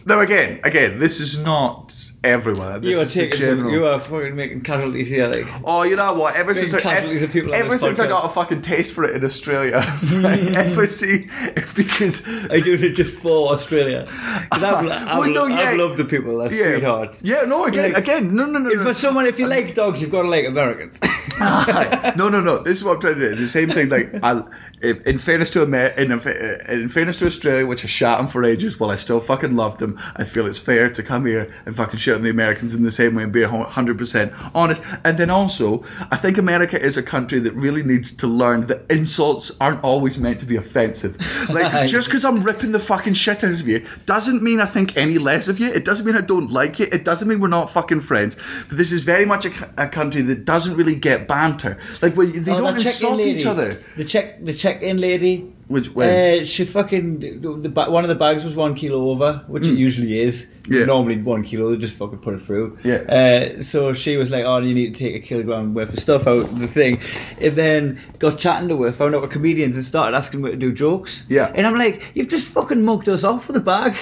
S4: Now again, again, this is not everyone. This
S3: *laughs* you are
S4: is the
S3: taking some,
S4: general-
S3: you are fucking making casualties here. Like
S4: Oh, you know what? Ever
S3: Making
S4: since I,
S3: casualties
S4: ev-
S3: of people on
S4: ever
S3: this
S4: since I
S3: podcast.
S4: got a fucking taste for it in Australia, *laughs*
S3: *laughs*
S4: I ever see because
S3: I do it just for Australia. 'Cause I've, lo-
S4: *laughs*
S3: I've,
S4: Well, no,
S3: lo- I've
S4: yeah.
S3: loved the people. They're
S4: yeah,
S3: sweethearts.
S4: yeah, no, again,
S3: Like-
S4: again, no, no, no,
S3: If
S4: no.
S3: for someone, if you like dogs, you've got to like Americans. *laughs*
S4: *laughs* no, no, no. This is what I'm trying to do. The same thing. Like, I'll, if, in fairness to Amer- in, in fairness to Australia, which I shat on for ages, while I still fucking love them, I feel it's fair to come here and fucking shit on the Americans in the same way and be hundred percent honest. And then also, I think America is a country that really needs to learn that insults aren't always meant to be offensive. Like, just because I'm ripping the fucking shit out of you doesn't mean I think any less of you. It doesn't mean I don't like you. It doesn't mean we're not fucking friends. But this is very much a, c- a country that doesn't really get banter. Like, where you- they
S3: Oh,
S4: don't
S3: that check-in
S4: insult each
S3: lady.
S4: other.
S3: The check, the check-in lady.
S4: Which- when?
S3: Uh, she fucking the, the ba- one of the bags was one kilo over, which it usually is.
S4: Hmm. Yeah.
S3: Normally one kilo, they just fucking put it through.
S4: Yeah.
S3: Uh, so she was like, "Oh, you need to take a kilogram worth of stuff out of the thing," and then got chatting to her, found out we're comedians, and started asking her to do jokes.
S4: Yeah.
S3: And I'm like, "You've just fucking mugged us off with
S4: *laughs*
S3: a bag.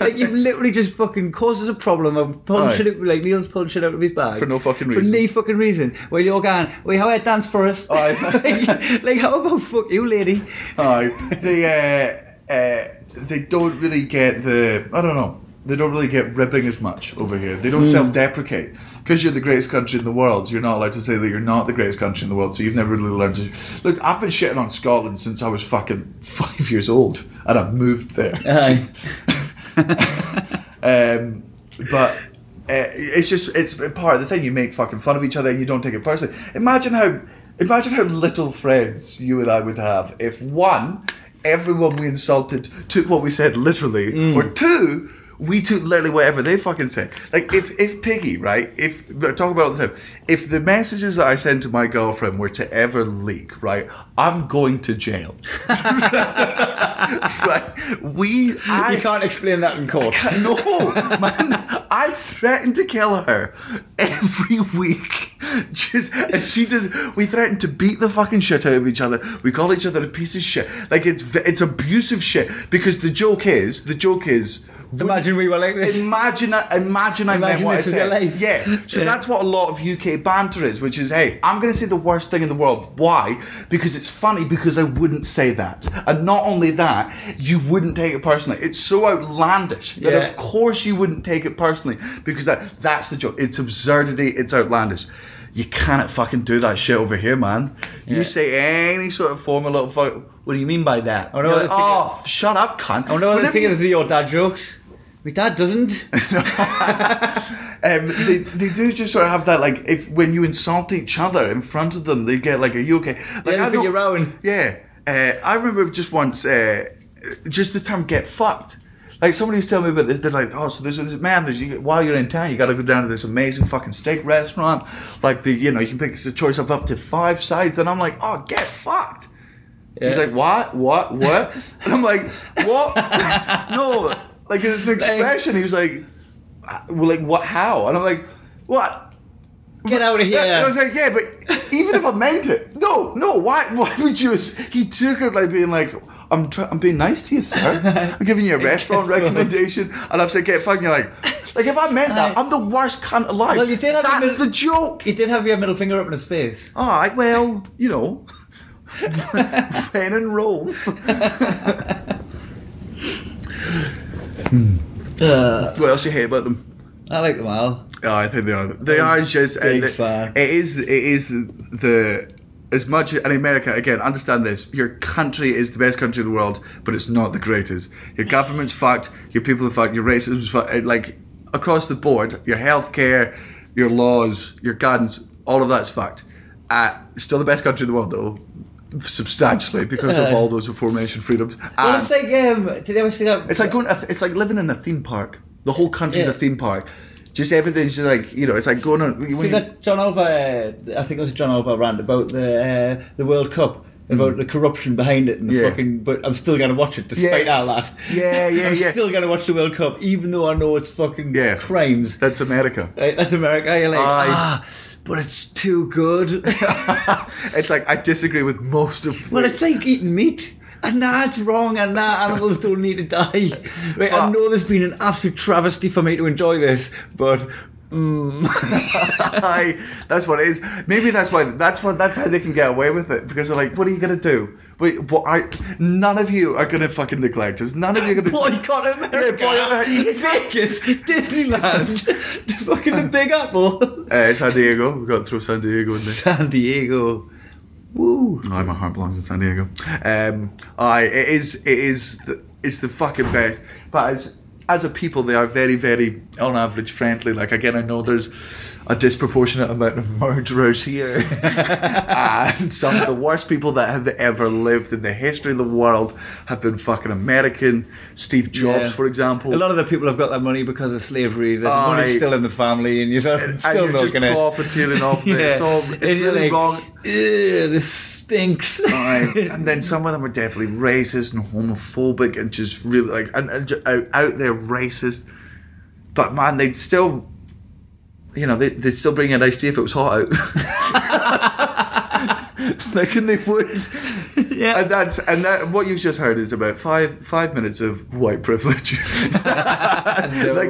S3: like you've literally just fucking caused us a problem. I'm pulling
S4: Aye.
S3: shit out, like Neil's pulling shit out of his bag
S4: For no fucking
S3: For
S4: reason.
S3: no fucking reason. Well, you're going, well, how about dance for us?
S4: Aye. *laughs*
S3: like, like, how about fuck you, lady?
S4: Aye, they uh, uh, they don't really get the I don't know. They don't really get ribbing as much over here. They don't
S3: Hmm.
S4: self-deprecate because you're the greatest country in the world. You're not allowed to say that you're not the greatest country in the world. So you've never really learned to look. I've been shitting on Scotland since I was fucking *laughs* five years old, and I moved there.
S3: Aye.
S4: *laughs* um, but. Uh, it's just it's part of the thing you make fucking fun of each other and you don't take it personally imagine how imagine how little friends you and i would have if one everyone we insulted took what we said literally or two we took literally whatever they fucking said like if if piggy right if I talk about it all the time if the messages that i send to my girlfriend were to ever leak right i'm going to jail *laughs* right we I,
S3: you can't explain that in court.
S4: *laughs* no, man, I threatened to kill her every week. *laughs* Just and she does. We threaten to beat the fucking shit out of each other. We call each other a piece of shit. Like it's v- it's abusive shit. Because the joke is the joke is.
S3: Imagine we were like this.
S4: Imagine, I- imagine I meant
S3: Imagine
S4: what I
S3: this was your
S4: said.
S3: life.
S4: Yeah. So
S3: Yeah.
S4: that's what a lot of UK banter is, which is, hey, I'm going to say the worst thing in the world. Why? Because it's funny. Because I wouldn't say that. And not only that, you wouldn't take it personally. It's so outlandish that
S3: Yeah.
S4: of course you wouldn't take it personally because that that's the joke. It's absurdity. It's outlandish. You cannot fucking do that shit over here, man. You say any sort of formal little fuck. What do you mean by that?
S3: Oh, I know
S4: You're
S3: the
S4: like,
S3: thing-
S4: oh, f- shut up, cunt.
S3: I know the
S4: Whenever
S3: thing
S4: you-
S3: is your dad jokes. My dad
S4: *laughs*
S3: doesn't.
S4: Um, they, they do just sort of have that like if when you insult each other in front of them, they get like, "Are you okay?" Like
S3: Yeah, they
S4: don't-
S3: pick you around.
S4: Yeah, uh, I remember just once, uh, just the term "get fucked." Like somebody was telling me about this, they're like, "Oh, so there's this man. There's you, while you're in town, you got to go down to this amazing fucking steak restaurant. Like the you know you can pick the choice of up to five sides." And I'm like, "Oh, get fucked." He's
S3: Yeah.
S4: like, what, what,
S3: *laughs*
S4: what? and I'm like, what? no, like it's an expression. He was like, "Uh, well, like what? How? And I'm like, what?
S3: Get out of here.
S4: And I was like, yeah, but even if I meant it, no, no. Why? Why would you? ass- He took it like being like, I'm, try- I'm being nice to you, sir. I'm *laughs* giving you a restaurant recommendation, and I've said get fucked. and You're like, like if I meant that,
S3: Aye.
S4: I'm the worst cunt alive.
S3: Well, you did have a
S4: That's
S3: mis-
S4: the joke.
S3: he did have your middle finger up in his face.
S4: All right, well, you know, *laughs* when and *laughs* roll.
S3: Uh,
S4: What else do you hate about them?
S3: I like them all.
S4: Oh, I think they are. They are just. uh,
S3: big
S4: the-
S3: fan.
S4: It is. It is the as much in America again. Understand this: your country is the best country in the world, but it's not the greatest. Your government's fucked. Your people are fucked. Your racism's fucked. uh, Like across the board, your healthcare, your laws, your guns, all of that's fucked. Uh, still the best country in the world, though, substantially because of
S3: Yeah.
S4: all those aforementioned freedoms.
S3: Well,
S4: And-
S3: it's like, um, did you ever see that?
S4: Ah. it's like going. to a th- It's like living in a theme park. The whole country's a
S3: Yeah.
S4: theme park. Just everything's just like you know. It's like going on. when
S3: See
S4: you-
S3: that John Oliver, uh, I think it was John Oliver rant about the uh, the World Cup, about the corruption behind it and the
S4: Hmm. Yeah.
S3: fucking. But I'm still gonna watch it despite
S4: Yes.
S3: all that.
S4: Yeah, yeah,
S3: *laughs* I'm
S4: yeah.
S3: still gonna watch the World Cup, even though I know it's fucking
S4: Yeah.
S3: crimes.
S4: That's America. *laughs*
S3: Right, that's Eh, America. You're like,
S4: Aye.
S3: ah, but it's too
S4: *laughs*
S3: good.
S4: it's like I disagree with most of.
S3: well, it's like eating meat. And nah, it's wrong, and nah, animals don't need to die. Right, I
S4: Ah.
S3: know there's been an absolute travesty for me to enjoy this, but. Mm.
S4: *laughs* *laughs* I, that's what it is. Maybe that's why. That's what. That's how they can get away with it because they're like, "What are you gonna do? Wait, what? I none of you are gonna fucking neglect us. None of you are gonna
S3: *laughs* boycott America.
S4: Yeah, boycott-
S3: *laughs* Vegas, Disneyland, *laughs* the fucking the Big Apple,
S4: Uh, San Diego. We've got to throw San Diego in there.
S3: San Diego. Woo.
S4: Aye, my heart belongs in San Diego. Um, aye, it is. It is. The, it's the fucking best. But as as a people, they are very, very, on average, friendly. Like again, I know there's a disproportionate amount of *laughs* murderers
S3: *laughs*
S4: here, and some of the worst people that have ever lived in the history of the world have been fucking American. Steve Jobs,
S3: Yeah.
S4: for example.
S3: A lot of the people have got their money because of slavery. The money's
S4: Aye.
S3: still in the family, and you're sort of
S4: and
S3: *laughs* still
S4: you're just
S3: not gonna.
S4: profiteering
S3: *laughs*
S4: off it. It's all. It's
S3: And you're
S4: really
S3: like,
S4: wrong.
S3: "Ugh, This stinks.
S4: Aye. *laughs*
S3: *laughs*
S4: and then some of them are definitely racist and homophobic and just really like and, and ju- out, out there racist. But man, they'd still, you know, they, they'd still bring in iced tea if it was hot out. *laughs* like, and they would.
S3: Yeah.
S4: And that's and that what you've just heard is about five five minutes of white privilege. *laughs* like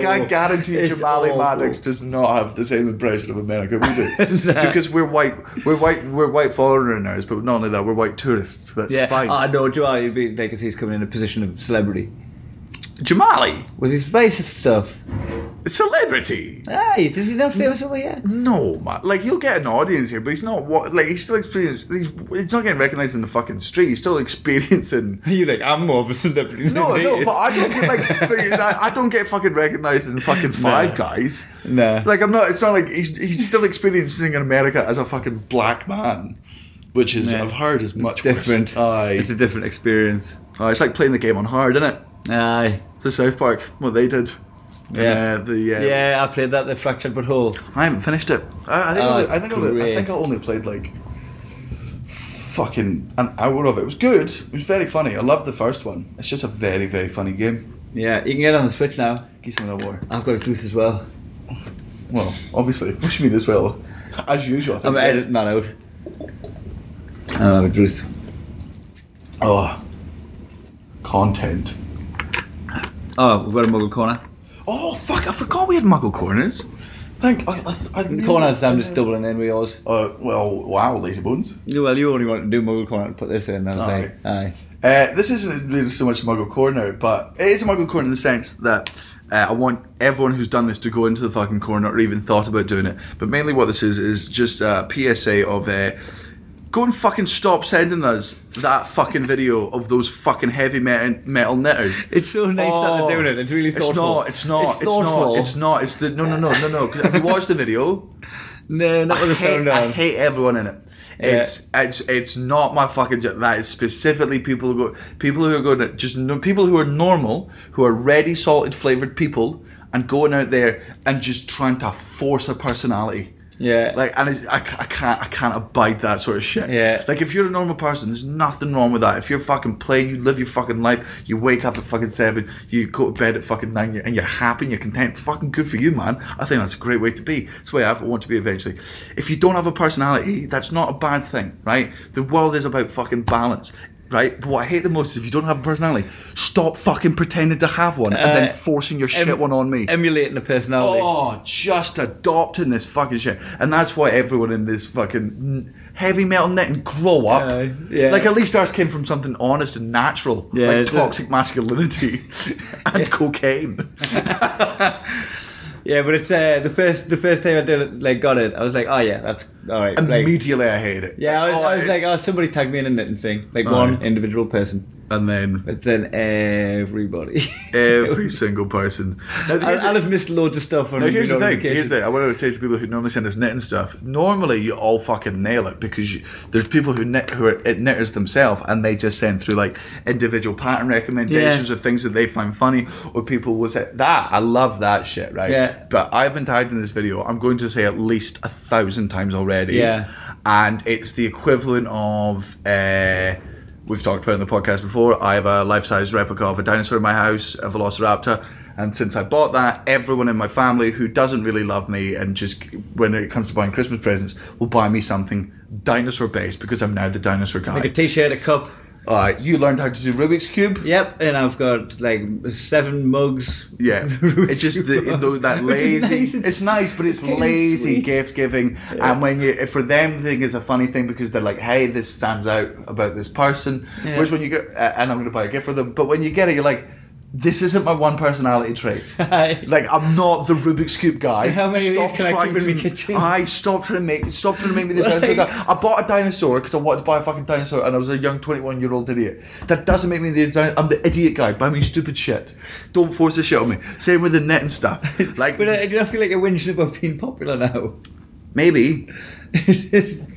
S4: I
S3: *laughs* No.
S4: guarantee
S3: It's
S4: Jamali
S3: awful.
S4: Maddox does not have the same impression of America we
S3: *laughs*
S4: do. Because we're white we're white we're white foreigners, but not only that, we're white tourists. That's
S3: yeah, Uh,
S4: fine.
S3: I know. Do I? You'd be because he's coming in a position of celebrity
S4: Jamali!
S3: with his racist stuff.
S4: Celebrity!
S3: Aye, does he not
S4: Mm.
S3: famous over here?
S4: No, man. Like he'll get an audience here, but he's not what like he's still experiencing he's, he's not getting recognised in the fucking street, he's still *laughs* experiencing
S3: *laughs* You're like, I'm more of a celebrity. than *laughs*
S4: No,
S3: he
S4: no,
S3: is."
S4: but I don't get like, but I I don't get fucking recognised in fucking Five Guys.
S3: *laughs* Nah.
S4: like I'm not. It's not like he's he's still experiencing in America as a fucking black man, which is
S3: Nah.
S4: I've heard is much
S3: It's different.
S4: Worse. Aye.
S3: It's a different experience.
S4: Aye, it's like playing the game on hard, isn't it?
S3: Aye.
S4: The South Park, what they did.
S3: Yeah.
S4: And, uh, the uh,
S3: Yeah, I played that the fractured but whole.
S4: I haven't finished it. I, I think
S3: Oh,
S4: only, I think only, I
S3: great.
S4: think I only played like fucking an hour of it. It was good. It was very funny. I loved the first one. It's just a very very funny game.
S3: Yeah, you can get it on the Switch now.
S4: Give some of that water.
S3: I've got a goose as well.
S4: Well, obviously, *laughs* wish me as well. As usual. I
S3: I'm
S4: think.
S3: editing that out. I'll have a goose.
S4: Oh, content.
S3: Oh, we've got a muggle corner.
S4: Oh fuck! I forgot we had Muggle corners. Thank. I, I, I
S3: The corners, I'm just doubling in with yours.
S4: Uh, well, wow, lazy bones.
S3: Yeah, Well, you only want to do muggle corner and put this in, I was
S4: Aye.
S3: like, aye.
S4: Uh, this isn't really so much Muggle corner, but it is a Muggle corner in the sense that. Uh, I want everyone who's done this to go into the fucking corner or even thought about doing it. But mainly, what this is is just a PSA of uh, Go and fucking stop sending us that fucking video of those fucking heavy metal, metal knitters.
S3: It's so nice that they're doing it. It's really thoughtful.
S4: Oh. It's not. It's not. It's,
S3: thoughtful.
S4: not. It's not. It's the no, no, no, no, no. 'Cause Have you watched the video?
S3: No, not with
S4: I
S3: the
S4: hate,
S3: sound
S4: I
S3: on.
S4: hate everyone in it. It's it's it's not my fucking jo- that is specifically people who go people who are going to just no, people who are normal who are ready salted flavored people and going out there and just trying to force a personality.
S3: Yeah.
S4: Like and it, I, ca- I can't I can't abide that sort of shit.
S3: Yeah.
S4: Like if you're a normal person, there's nothing wrong with that. If you're fucking playing, you live your fucking life. You wake up at fucking seven, you go to bed at fucking nine, and you're happy and you're content. Fucking good for you, man. I think that's a great way to be. It's the way I want to be eventually. If you don't have a personality, that's not a bad thing, right? The world is about fucking balance. Right, but what I hate the most is if you don't have a personality, stop fucking pretending to have one and
S3: Uh,
S4: then forcing your shit
S3: em-
S4: one on me.
S3: Emulating the personality.
S4: Oh, just adopting this fucking shit, and that's why everyone in this fucking n- heavy metal net and grow up.
S3: Uh, yeah.
S4: Like at least ours came from something honest and natural,
S3: Yeah,
S4: like
S3: it-
S4: toxic masculinity *laughs* and
S3: *laughs*
S4: cocaine.
S3: Yeah, but it's uh, the first the first time I did it, like got it. I was like, oh yeah, that's all right. Like,
S4: Immediately, I hated it.
S3: yeah, I was,
S4: Oh,
S3: I was
S4: it-
S3: like, oh, somebody tagged me in a knitting thing, like one
S4: Right.
S3: individual person,
S4: and
S3: *laughs*
S4: then
S3: but then everybody. *laughs*
S4: every single person. Now,
S3: I,
S4: here's the-
S3: I'll have missed loads of stuff on.
S4: Now, here's the thing.
S3: notifications.
S4: Here's the thing. I want to say to people who normally send us knitting stuff. Normally, you all fucking nail it because you, there's people who knit who are it knitters themselves, and they just send through like individual pattern recommendations
S3: Yeah.
S4: or things that they find funny, or people will say that. I love that shit, right?
S3: Yeah.
S4: But I've been tagged in this video. I'm going to say at least a thousand times already.
S3: Yeah.
S4: And it's the equivalent of. Uh, We've talked about it on the podcast before. I have a life-size replica of a dinosaur in my house, a Velociraptor, and since I bought that, everyone in my family who doesn't really love me and just when it comes to buying Christmas presents will buy me something dinosaur-based because I'm now the dinosaur guy.
S3: like a t-shirt, a cup.
S4: All right, you learned how to do Rubik's cube.
S3: Yep, and I've got like seven mugs. *laughs*
S4: Yeah, it's just the, you know, that
S3: Which is
S4: lazy.
S3: nice.
S4: It's nice, but it's
S3: It's
S4: lazy
S3: sweet.
S4: gift giving. And when you for them, the thing is a funny thing because they're like, "Hey, this stands out about this person."
S3: Yeah.
S4: Whereas when you go, uh, and I'm going to buy a gift for them, but when you get it, you're like. This isn't my one personality
S3: *laughs*
S4: trait.
S3: Aye.
S4: like I'm not the Rubik's cube guy.
S3: How many of these can I
S4: trying
S3: keep in
S4: to,
S3: my kitchen?
S4: I stop trying to make. Stop trying to make me the
S3: Like-
S4: dinosaur guy. I bought a dinosaur because I wanted to buy a fucking dinosaur, and I was a young 21 year old idiot. That doesn't make me the di- I'm the idiot guy. Buy me stupid shit. Don't force the shit on me. Same with the net and
S3: *laughs*
S4: stuff. Like
S3: But uh, I, I do not feel like you're whinging about being popular now.
S4: maybe.
S3: *laughs*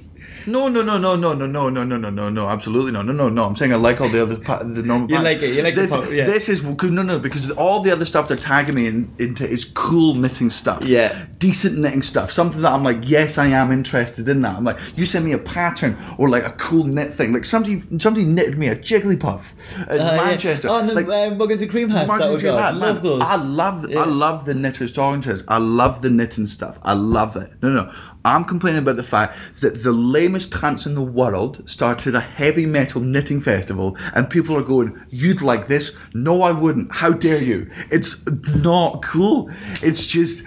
S4: No, no, no, no, no, no, no, no, no, no, no, no. Absolutely no, no, no, no. I'm saying I like all the other pa- the normal.
S3: You
S4: patterns.
S3: like it, you like the
S4: this,
S3: pop- yeah.
S4: This is no, no, because all the other stuff they're tagging me in, into is cool knitting stuff.
S3: Yeah.
S4: decent knitting stuff. Something that I'm like, yes, I am interested in that. I'm like, you send me a pattern or like a cool knit thing. Like somebody, somebody knitted me a Jigglypuff in
S3: Uh, yeah.
S4: Manchester.
S3: Oh, and the
S4: like,
S3: uh, muggins and cream hats.
S4: Margins
S3: that we
S4: Dream
S3: got.
S4: Hat,
S3: Love
S4: man.
S3: those.
S4: I love, th-
S3: Yeah.
S4: I love the knitters talking to us. I love the knitting stuff. I love it. No, no, I'm complaining about the fact that the lamest cunts in the world started a heavy metal knitting festival, and people are going, "You'd like this? No, I wouldn't. How dare you? It's not cool. It's just."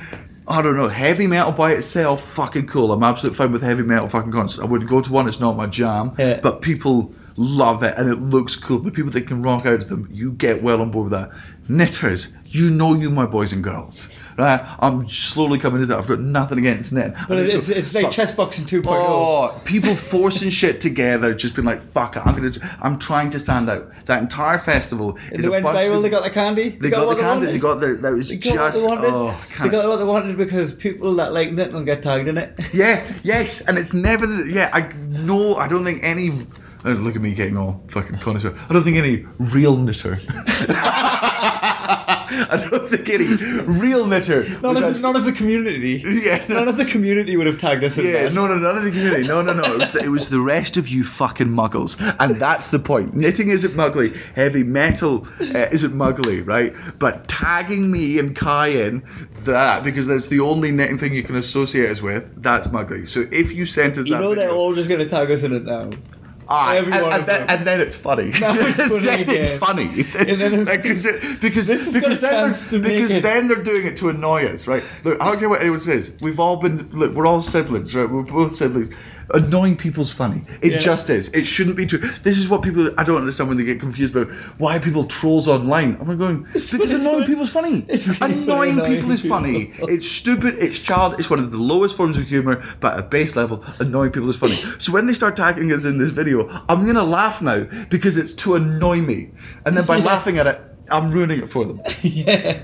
S4: I don't know. Heavy metal by itself, fucking cool. I'm absolutely fine with heavy metal fucking concerts. I would go to one. It's not my jam,
S3: Yeah.
S4: but people love it and it looks cool. The people that can rock out to them, you get well on board with that. Knitters, you know you, my boys and girls. Right? I'm slowly coming to that. I've got nothing against knit.
S3: But
S4: I just
S3: it's,
S4: go-
S3: it's like
S4: but-
S3: chess boxing 2.0.
S4: Oh, people forcing shit together, just being like, "Fuck it, I'm gonna, I'm trying to stand out." That entire festival
S3: And
S4: is
S3: they
S4: a
S3: went
S4: bunch
S3: viral.
S4: of
S3: They got the candy.
S4: they got,
S3: what
S4: the candy. They
S3: wanted.
S4: got their. That was
S3: They got what
S4: just.
S3: they wanted.
S4: Oh, I
S3: they
S4: can't-
S3: got what they wanted because people that like knitting will get tagged in it.
S4: Yeah, yes, and it's never. The, yeah, I no, I don't think any. Oh, look at me getting all fucking connoisseur. I don't think any real knitter. *laughs* I don't think any real knitter.
S3: None
S4: would
S3: of,
S4: actually-
S3: none of the community.
S4: *laughs* Yeah, no.
S3: None of the community would have tagged us in
S4: yeah,
S3: that.
S4: no, no, none of the community. No, no, no. It was, the, it was the rest of you fucking muggles, and that's the point. Knitting isn't muggly. Heavy metal uh, isn't muggly, right? But tagging me and Kai in that because that's the only knitting thing you can associate us with. That's muggly. So if you sent us
S3: You
S4: that,
S3: know they're
S4: video-
S3: all just going to tag us in
S4: *laughs*
S3: it now.
S4: Aye,
S3: Every
S4: and,
S3: one
S4: and
S3: of
S4: then,
S3: them.
S4: and then it's funny.
S3: *laughs*
S4: *laughs*
S3: Now it's funny
S4: then it's
S3: again.
S4: funny. *laughs*
S3: And then-
S4: Like, 'cause it- because
S3: This has got
S4: because
S3: a
S4: then
S3: chance to
S4: they're,
S3: make
S4: because
S3: it.
S4: then they're doing it to annoy us, right? Look, I don't care what anyone says. We've all been look. We're all siblings, right? We're both siblings. annoying people's funny. It just is. It shouldn't be true. This is what people. I don't understand when they get confused about why people trolls online. I'm going because annoying people's funny.
S3: really
S4: Annoying
S3: annoying
S4: people is funny. It's stupid. It's child. It's one of the lowest forms of humor, but at base level, annoying people is funny. So when they start tagging us in this video, I'm gonna laugh now because it's to annoy me, and
S3: *laughs*
S4: then by laughing at it, I'm ruining it for them.
S3: yeah.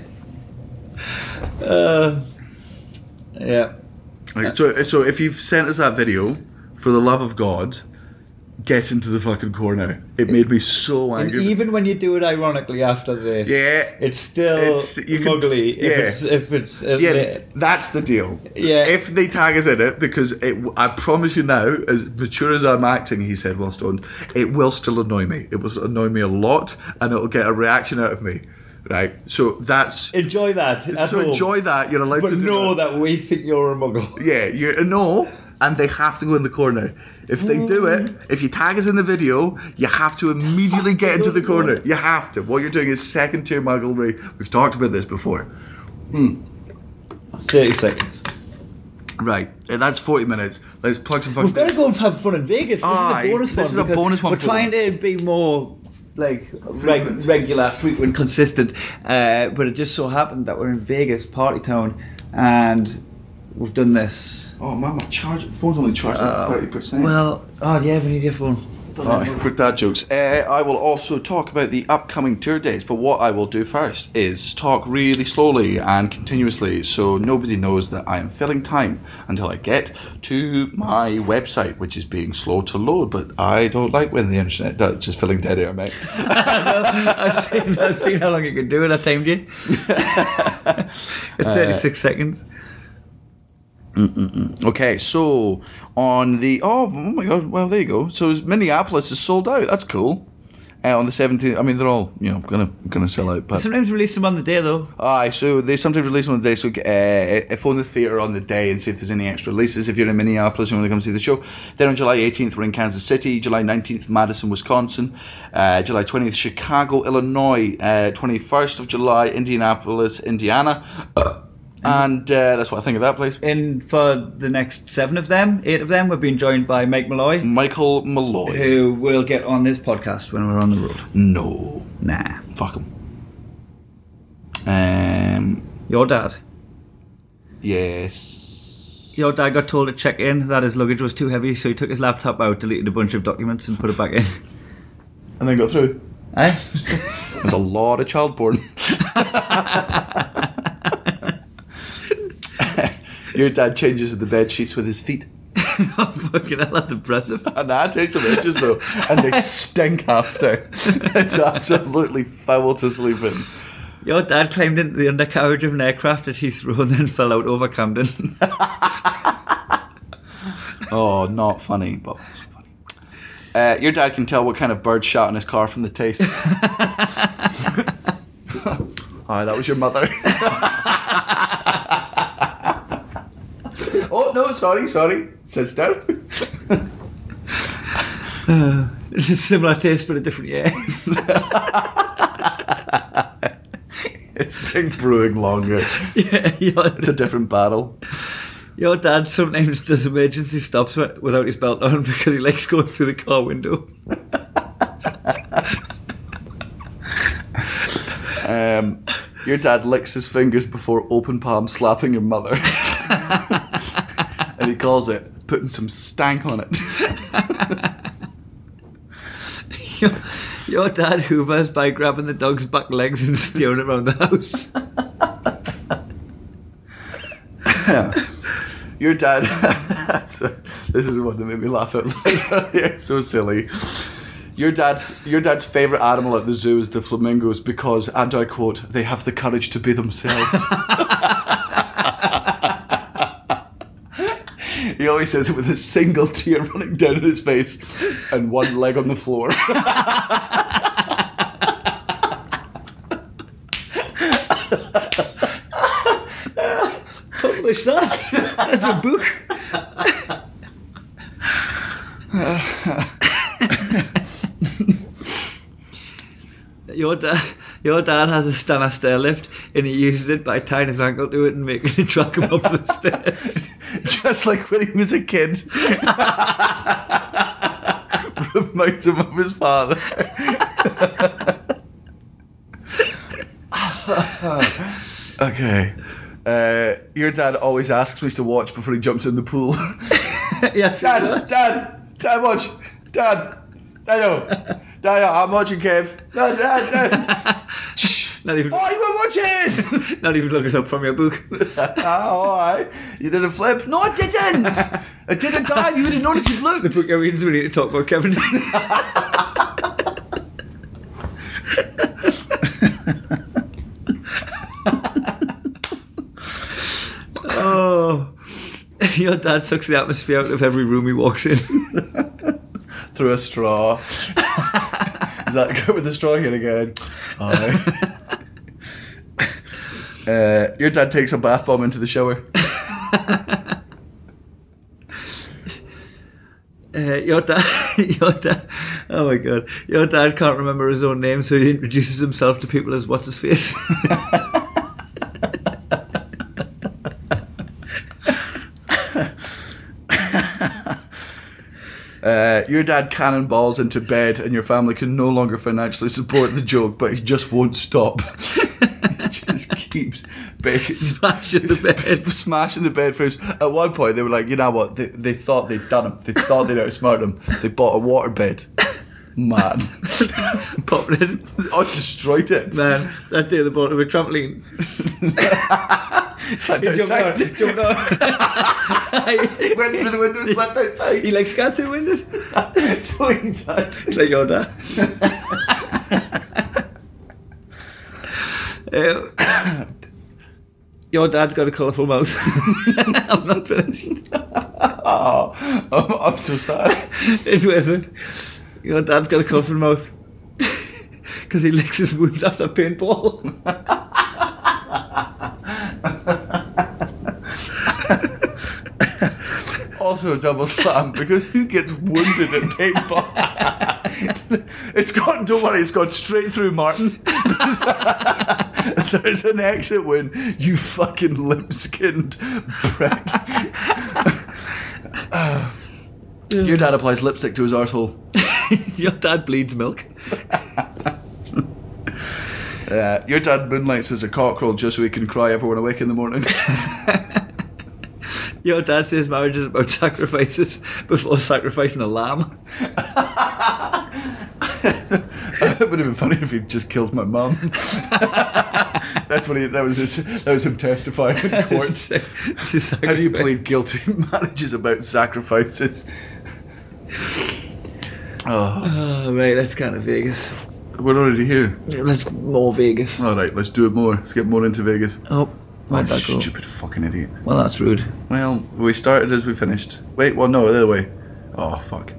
S3: Uh, yeah.
S4: Right, so, so if you've sent us that video, for the love of God, get into the fucking corner. It made me so
S3: And
S4: angry.
S3: even when you do it ironically after this,
S4: Yeah.
S3: it's still
S4: It's- you can-
S3: muggly.
S4: yeah.
S3: if it's if it's uh, if
S4: yeah,
S3: it-
S4: that's the deal.
S3: Yeah.
S4: If they tag us in it, because it, I promise you now, as mature as I'm acting, he said whilst on, it will still annoy me. It will annoy me a lot, and it'll get a reaction out of me. Right. So that's.
S3: enjoy that. at
S4: so
S3: home,
S4: enjoy that. You're allowed
S3: but
S4: to do
S3: know
S4: that.
S3: that. we think you're a muggle. *laughs*
S4: Yeah, you know, and they have to go in the corner. If they do
S3: Mm.
S4: it, if you tag us in the video, you have to immediately get into the
S3: *laughs*
S4: corner. You have to. What you're doing is second tier mugglery. We've talked about this before.
S3: Thirty seconds.
S4: Right, and that's 40 minutes. Let's plug some fucking
S3: We've got to
S4: bits.
S3: go and have fun in Vegas. This
S4: Aye,
S3: is a bonus
S4: this
S3: one.
S4: is a
S3: because
S4: bonus one
S3: We're
S4: for
S3: trying to be more like reg- regular, frequent, consistent. Uh, but it just so happened that we're in Vegas, party town, and we've done this.
S4: Oh man, my charge, phone's only charged at 30%.
S3: Well, oh yeah, we need your phone.
S4: Alright, quick dad jokes. Uh, I will also talk about the upcoming tour dates, but what I will do first is talk really slowly and continuously so nobody knows that I am filling time until I get to my website, which is being slow to load. But I don't like when the internet does, just filling dead air, mate.
S3: I've seen, I've seen how long you can do it. I timed you. *laughs* It's 36 seconds.
S4: Okay, so on the oh, oh my god, well there you go. So it's- Minneapolis is sold out. That's cool. Uh, on the seventeenth, I mean they're all you know gonna gonna sell out, but
S3: Sometimes release them on the day though.
S4: Aye, so they sometimes release them on the day. So uh, phone the theatre on the day and see if there's any extra releases. If you're in Minneapolis, you want to come see the show. Then on July 18th, we're in Kansas City. July 19th, Madison, Wisconsin. Uh, July 20th, Chicago, Illinois. Uh, 21st of July, Indianapolis, Indiana. *coughs* and uh, that's what I think of that place.
S3: And for the next seven of them, eight of them, we're being joined by Mike Malloy,
S4: Michael Malloy.
S3: who will get on this podcast when we're on the road.
S4: No,
S3: Nah,
S4: fuck him. Um,
S3: your dad.
S4: yes.
S3: Your dad got told to check in that his luggage was too heavy, so he took his laptop out, deleted a bunch of documents, and put it back
S4: *laughs*
S3: in.
S4: And then got through.
S3: Eh?
S4: There's a lot of child porn. Your dad changes the bed sheets with his feet.
S3: *laughs* oh, fucking hell, that's
S4: *laughs*
S3: impressive.
S4: And I take some edges though, and they stink after. It's absolutely foul to sleep in.
S3: Your dad climbed into the undercarriage of an aircraft at Heathrow and then fell out
S4: *laughs*
S3: over Camden.
S4: Oh, not funny, but also funny. Uh, your dad can tell what kind of bird shot in his car from the taste. Hi, that was your mother. oh no, sorry, sorry, sister.
S3: It's a similar taste, but a different year. *laughs*
S4: *laughs* it's been brewing longer.
S3: yeah, your,
S4: It's a different battle.
S3: your dad sometimes does emergency stops wi- without his belt on *laughs* because he likes going through the car window.
S4: Um, your dad licks his fingers before open palm slapping your mother, *laughs* and he calls it putting some stank on it. *laughs*
S3: *laughs* Your, your dad hoovers by grabbing the dog's back legs and steering around the house.
S4: *laughs* Your dad. this is what that made me laugh out loud. *laughs* earlier. so silly. Your dad. Your dad's favorite animal at the zoo is the flamingos because, and I quote, "They have the courage to be themselves." *laughs* he always says it with a single tear running down his face and one leg on the floor. *laughs*
S3: Publish that as a book. your dad, your dad has a Stana stair lift, and he uses it by tying his ankle to it and making it drag him up the stairs. *laughs*
S4: *laughs* just like when he was a kid. *laughs* Reminds him of his father. *laughs* okay. Uh, your dad always asks me to watch before he jumps in the pool. *laughs*
S3: yes.
S4: Dad, Dad, Dad, watch, Dad, Daniel, Daniel, I'm watching Kev. No, Dad,
S3: *laughs*
S4: Dad.
S3: Not even.
S4: Oh, you were watching.
S3: *laughs* Not even looking up from
S4: *laughs*
S3: your book.
S4: oh, all right. You did a flip. No, I *laughs* didn't. I didn't, Dad. You would have known if you'd
S3: the
S4: looked.
S3: book I read is we need to talk about Kevin. oh, your dad sucks the atmosphere out of every room he
S4: *laughs*
S3: walks in.
S4: *laughs* Through a *laughs* straw. Is that go with the straw again again? All *laughs* right. Uh, your dad takes a bath bomb into the shower.
S3: Uh, your dad, *laughs* your dad, oh my god, your dad can't remember his own name, so he introduces himself to people as what's
S4: *laughs*
S3: his face.
S4: Uh, your dad cannonballs into bed, and your family can no longer financially support the joke, but he just won't stop. *laughs* he just keeps banging-
S3: Smashing the
S4: *laughs*
S3: bed.
S4: smashing the bed first. At one point, they were like, you know what? They, they thought they'd done him. They thought they'd outsmarted him. They bought a water bed. Man, *laughs*
S3: Popping it.
S4: I destroyed it.
S3: Man, that day they bought him a trampoline.
S4: Slept
S3: He jumped on,
S4: outside.
S3: jumped
S4: *laughs* *laughs*
S3: on.
S4: Went through the window, slept outside.
S3: *laughs* he likes cats through windows.
S4: *laughs* so he does.
S3: It's like your dad. Uh, your dad's got a colourful mouth. *laughs* I'm not finished.
S4: *laughs* Oh, I'm, I'm so sad.
S3: It's worth it. Your dad's got a colourful mouth. *laughs* Because he licks his wounds after paintball. *laughs*
S4: also a double slam because who gets wounded at paintball? *laughs* it's gone. Don't worry, it's gone straight through Martin. *laughs* There's an exit wound. You fucking limp-skinned prick. *sighs* Your dad applies lipstick to his arsehole.
S3: your dad bleeds milk.
S4: Uh, your dad moonlights as a cockerel just so he can cry everyone awake in the morning.
S3: Your dad says marriage is about sacrifices before sacrificing a lamb.
S4: it would have been funny if he'd just killed my mum. *laughs* That's what he. That was his. That was him testifying in
S3: *laughs*
S4: court. How do you plead guilty? *laughs* Marriage is about sacrifices. Oh,
S3: Oh, right, that's kind of Vegas.
S4: we're already here.
S3: That's more Vegas.
S4: All right, let's do it more. Let's get more into Vegas.
S3: Oh, where'd
S4: Oh,
S3: that go?
S4: stupid fucking idiot.
S3: Well, that's rude.
S4: Well, we started as we finished. Wait, well, no, the other way. Oh, fuck.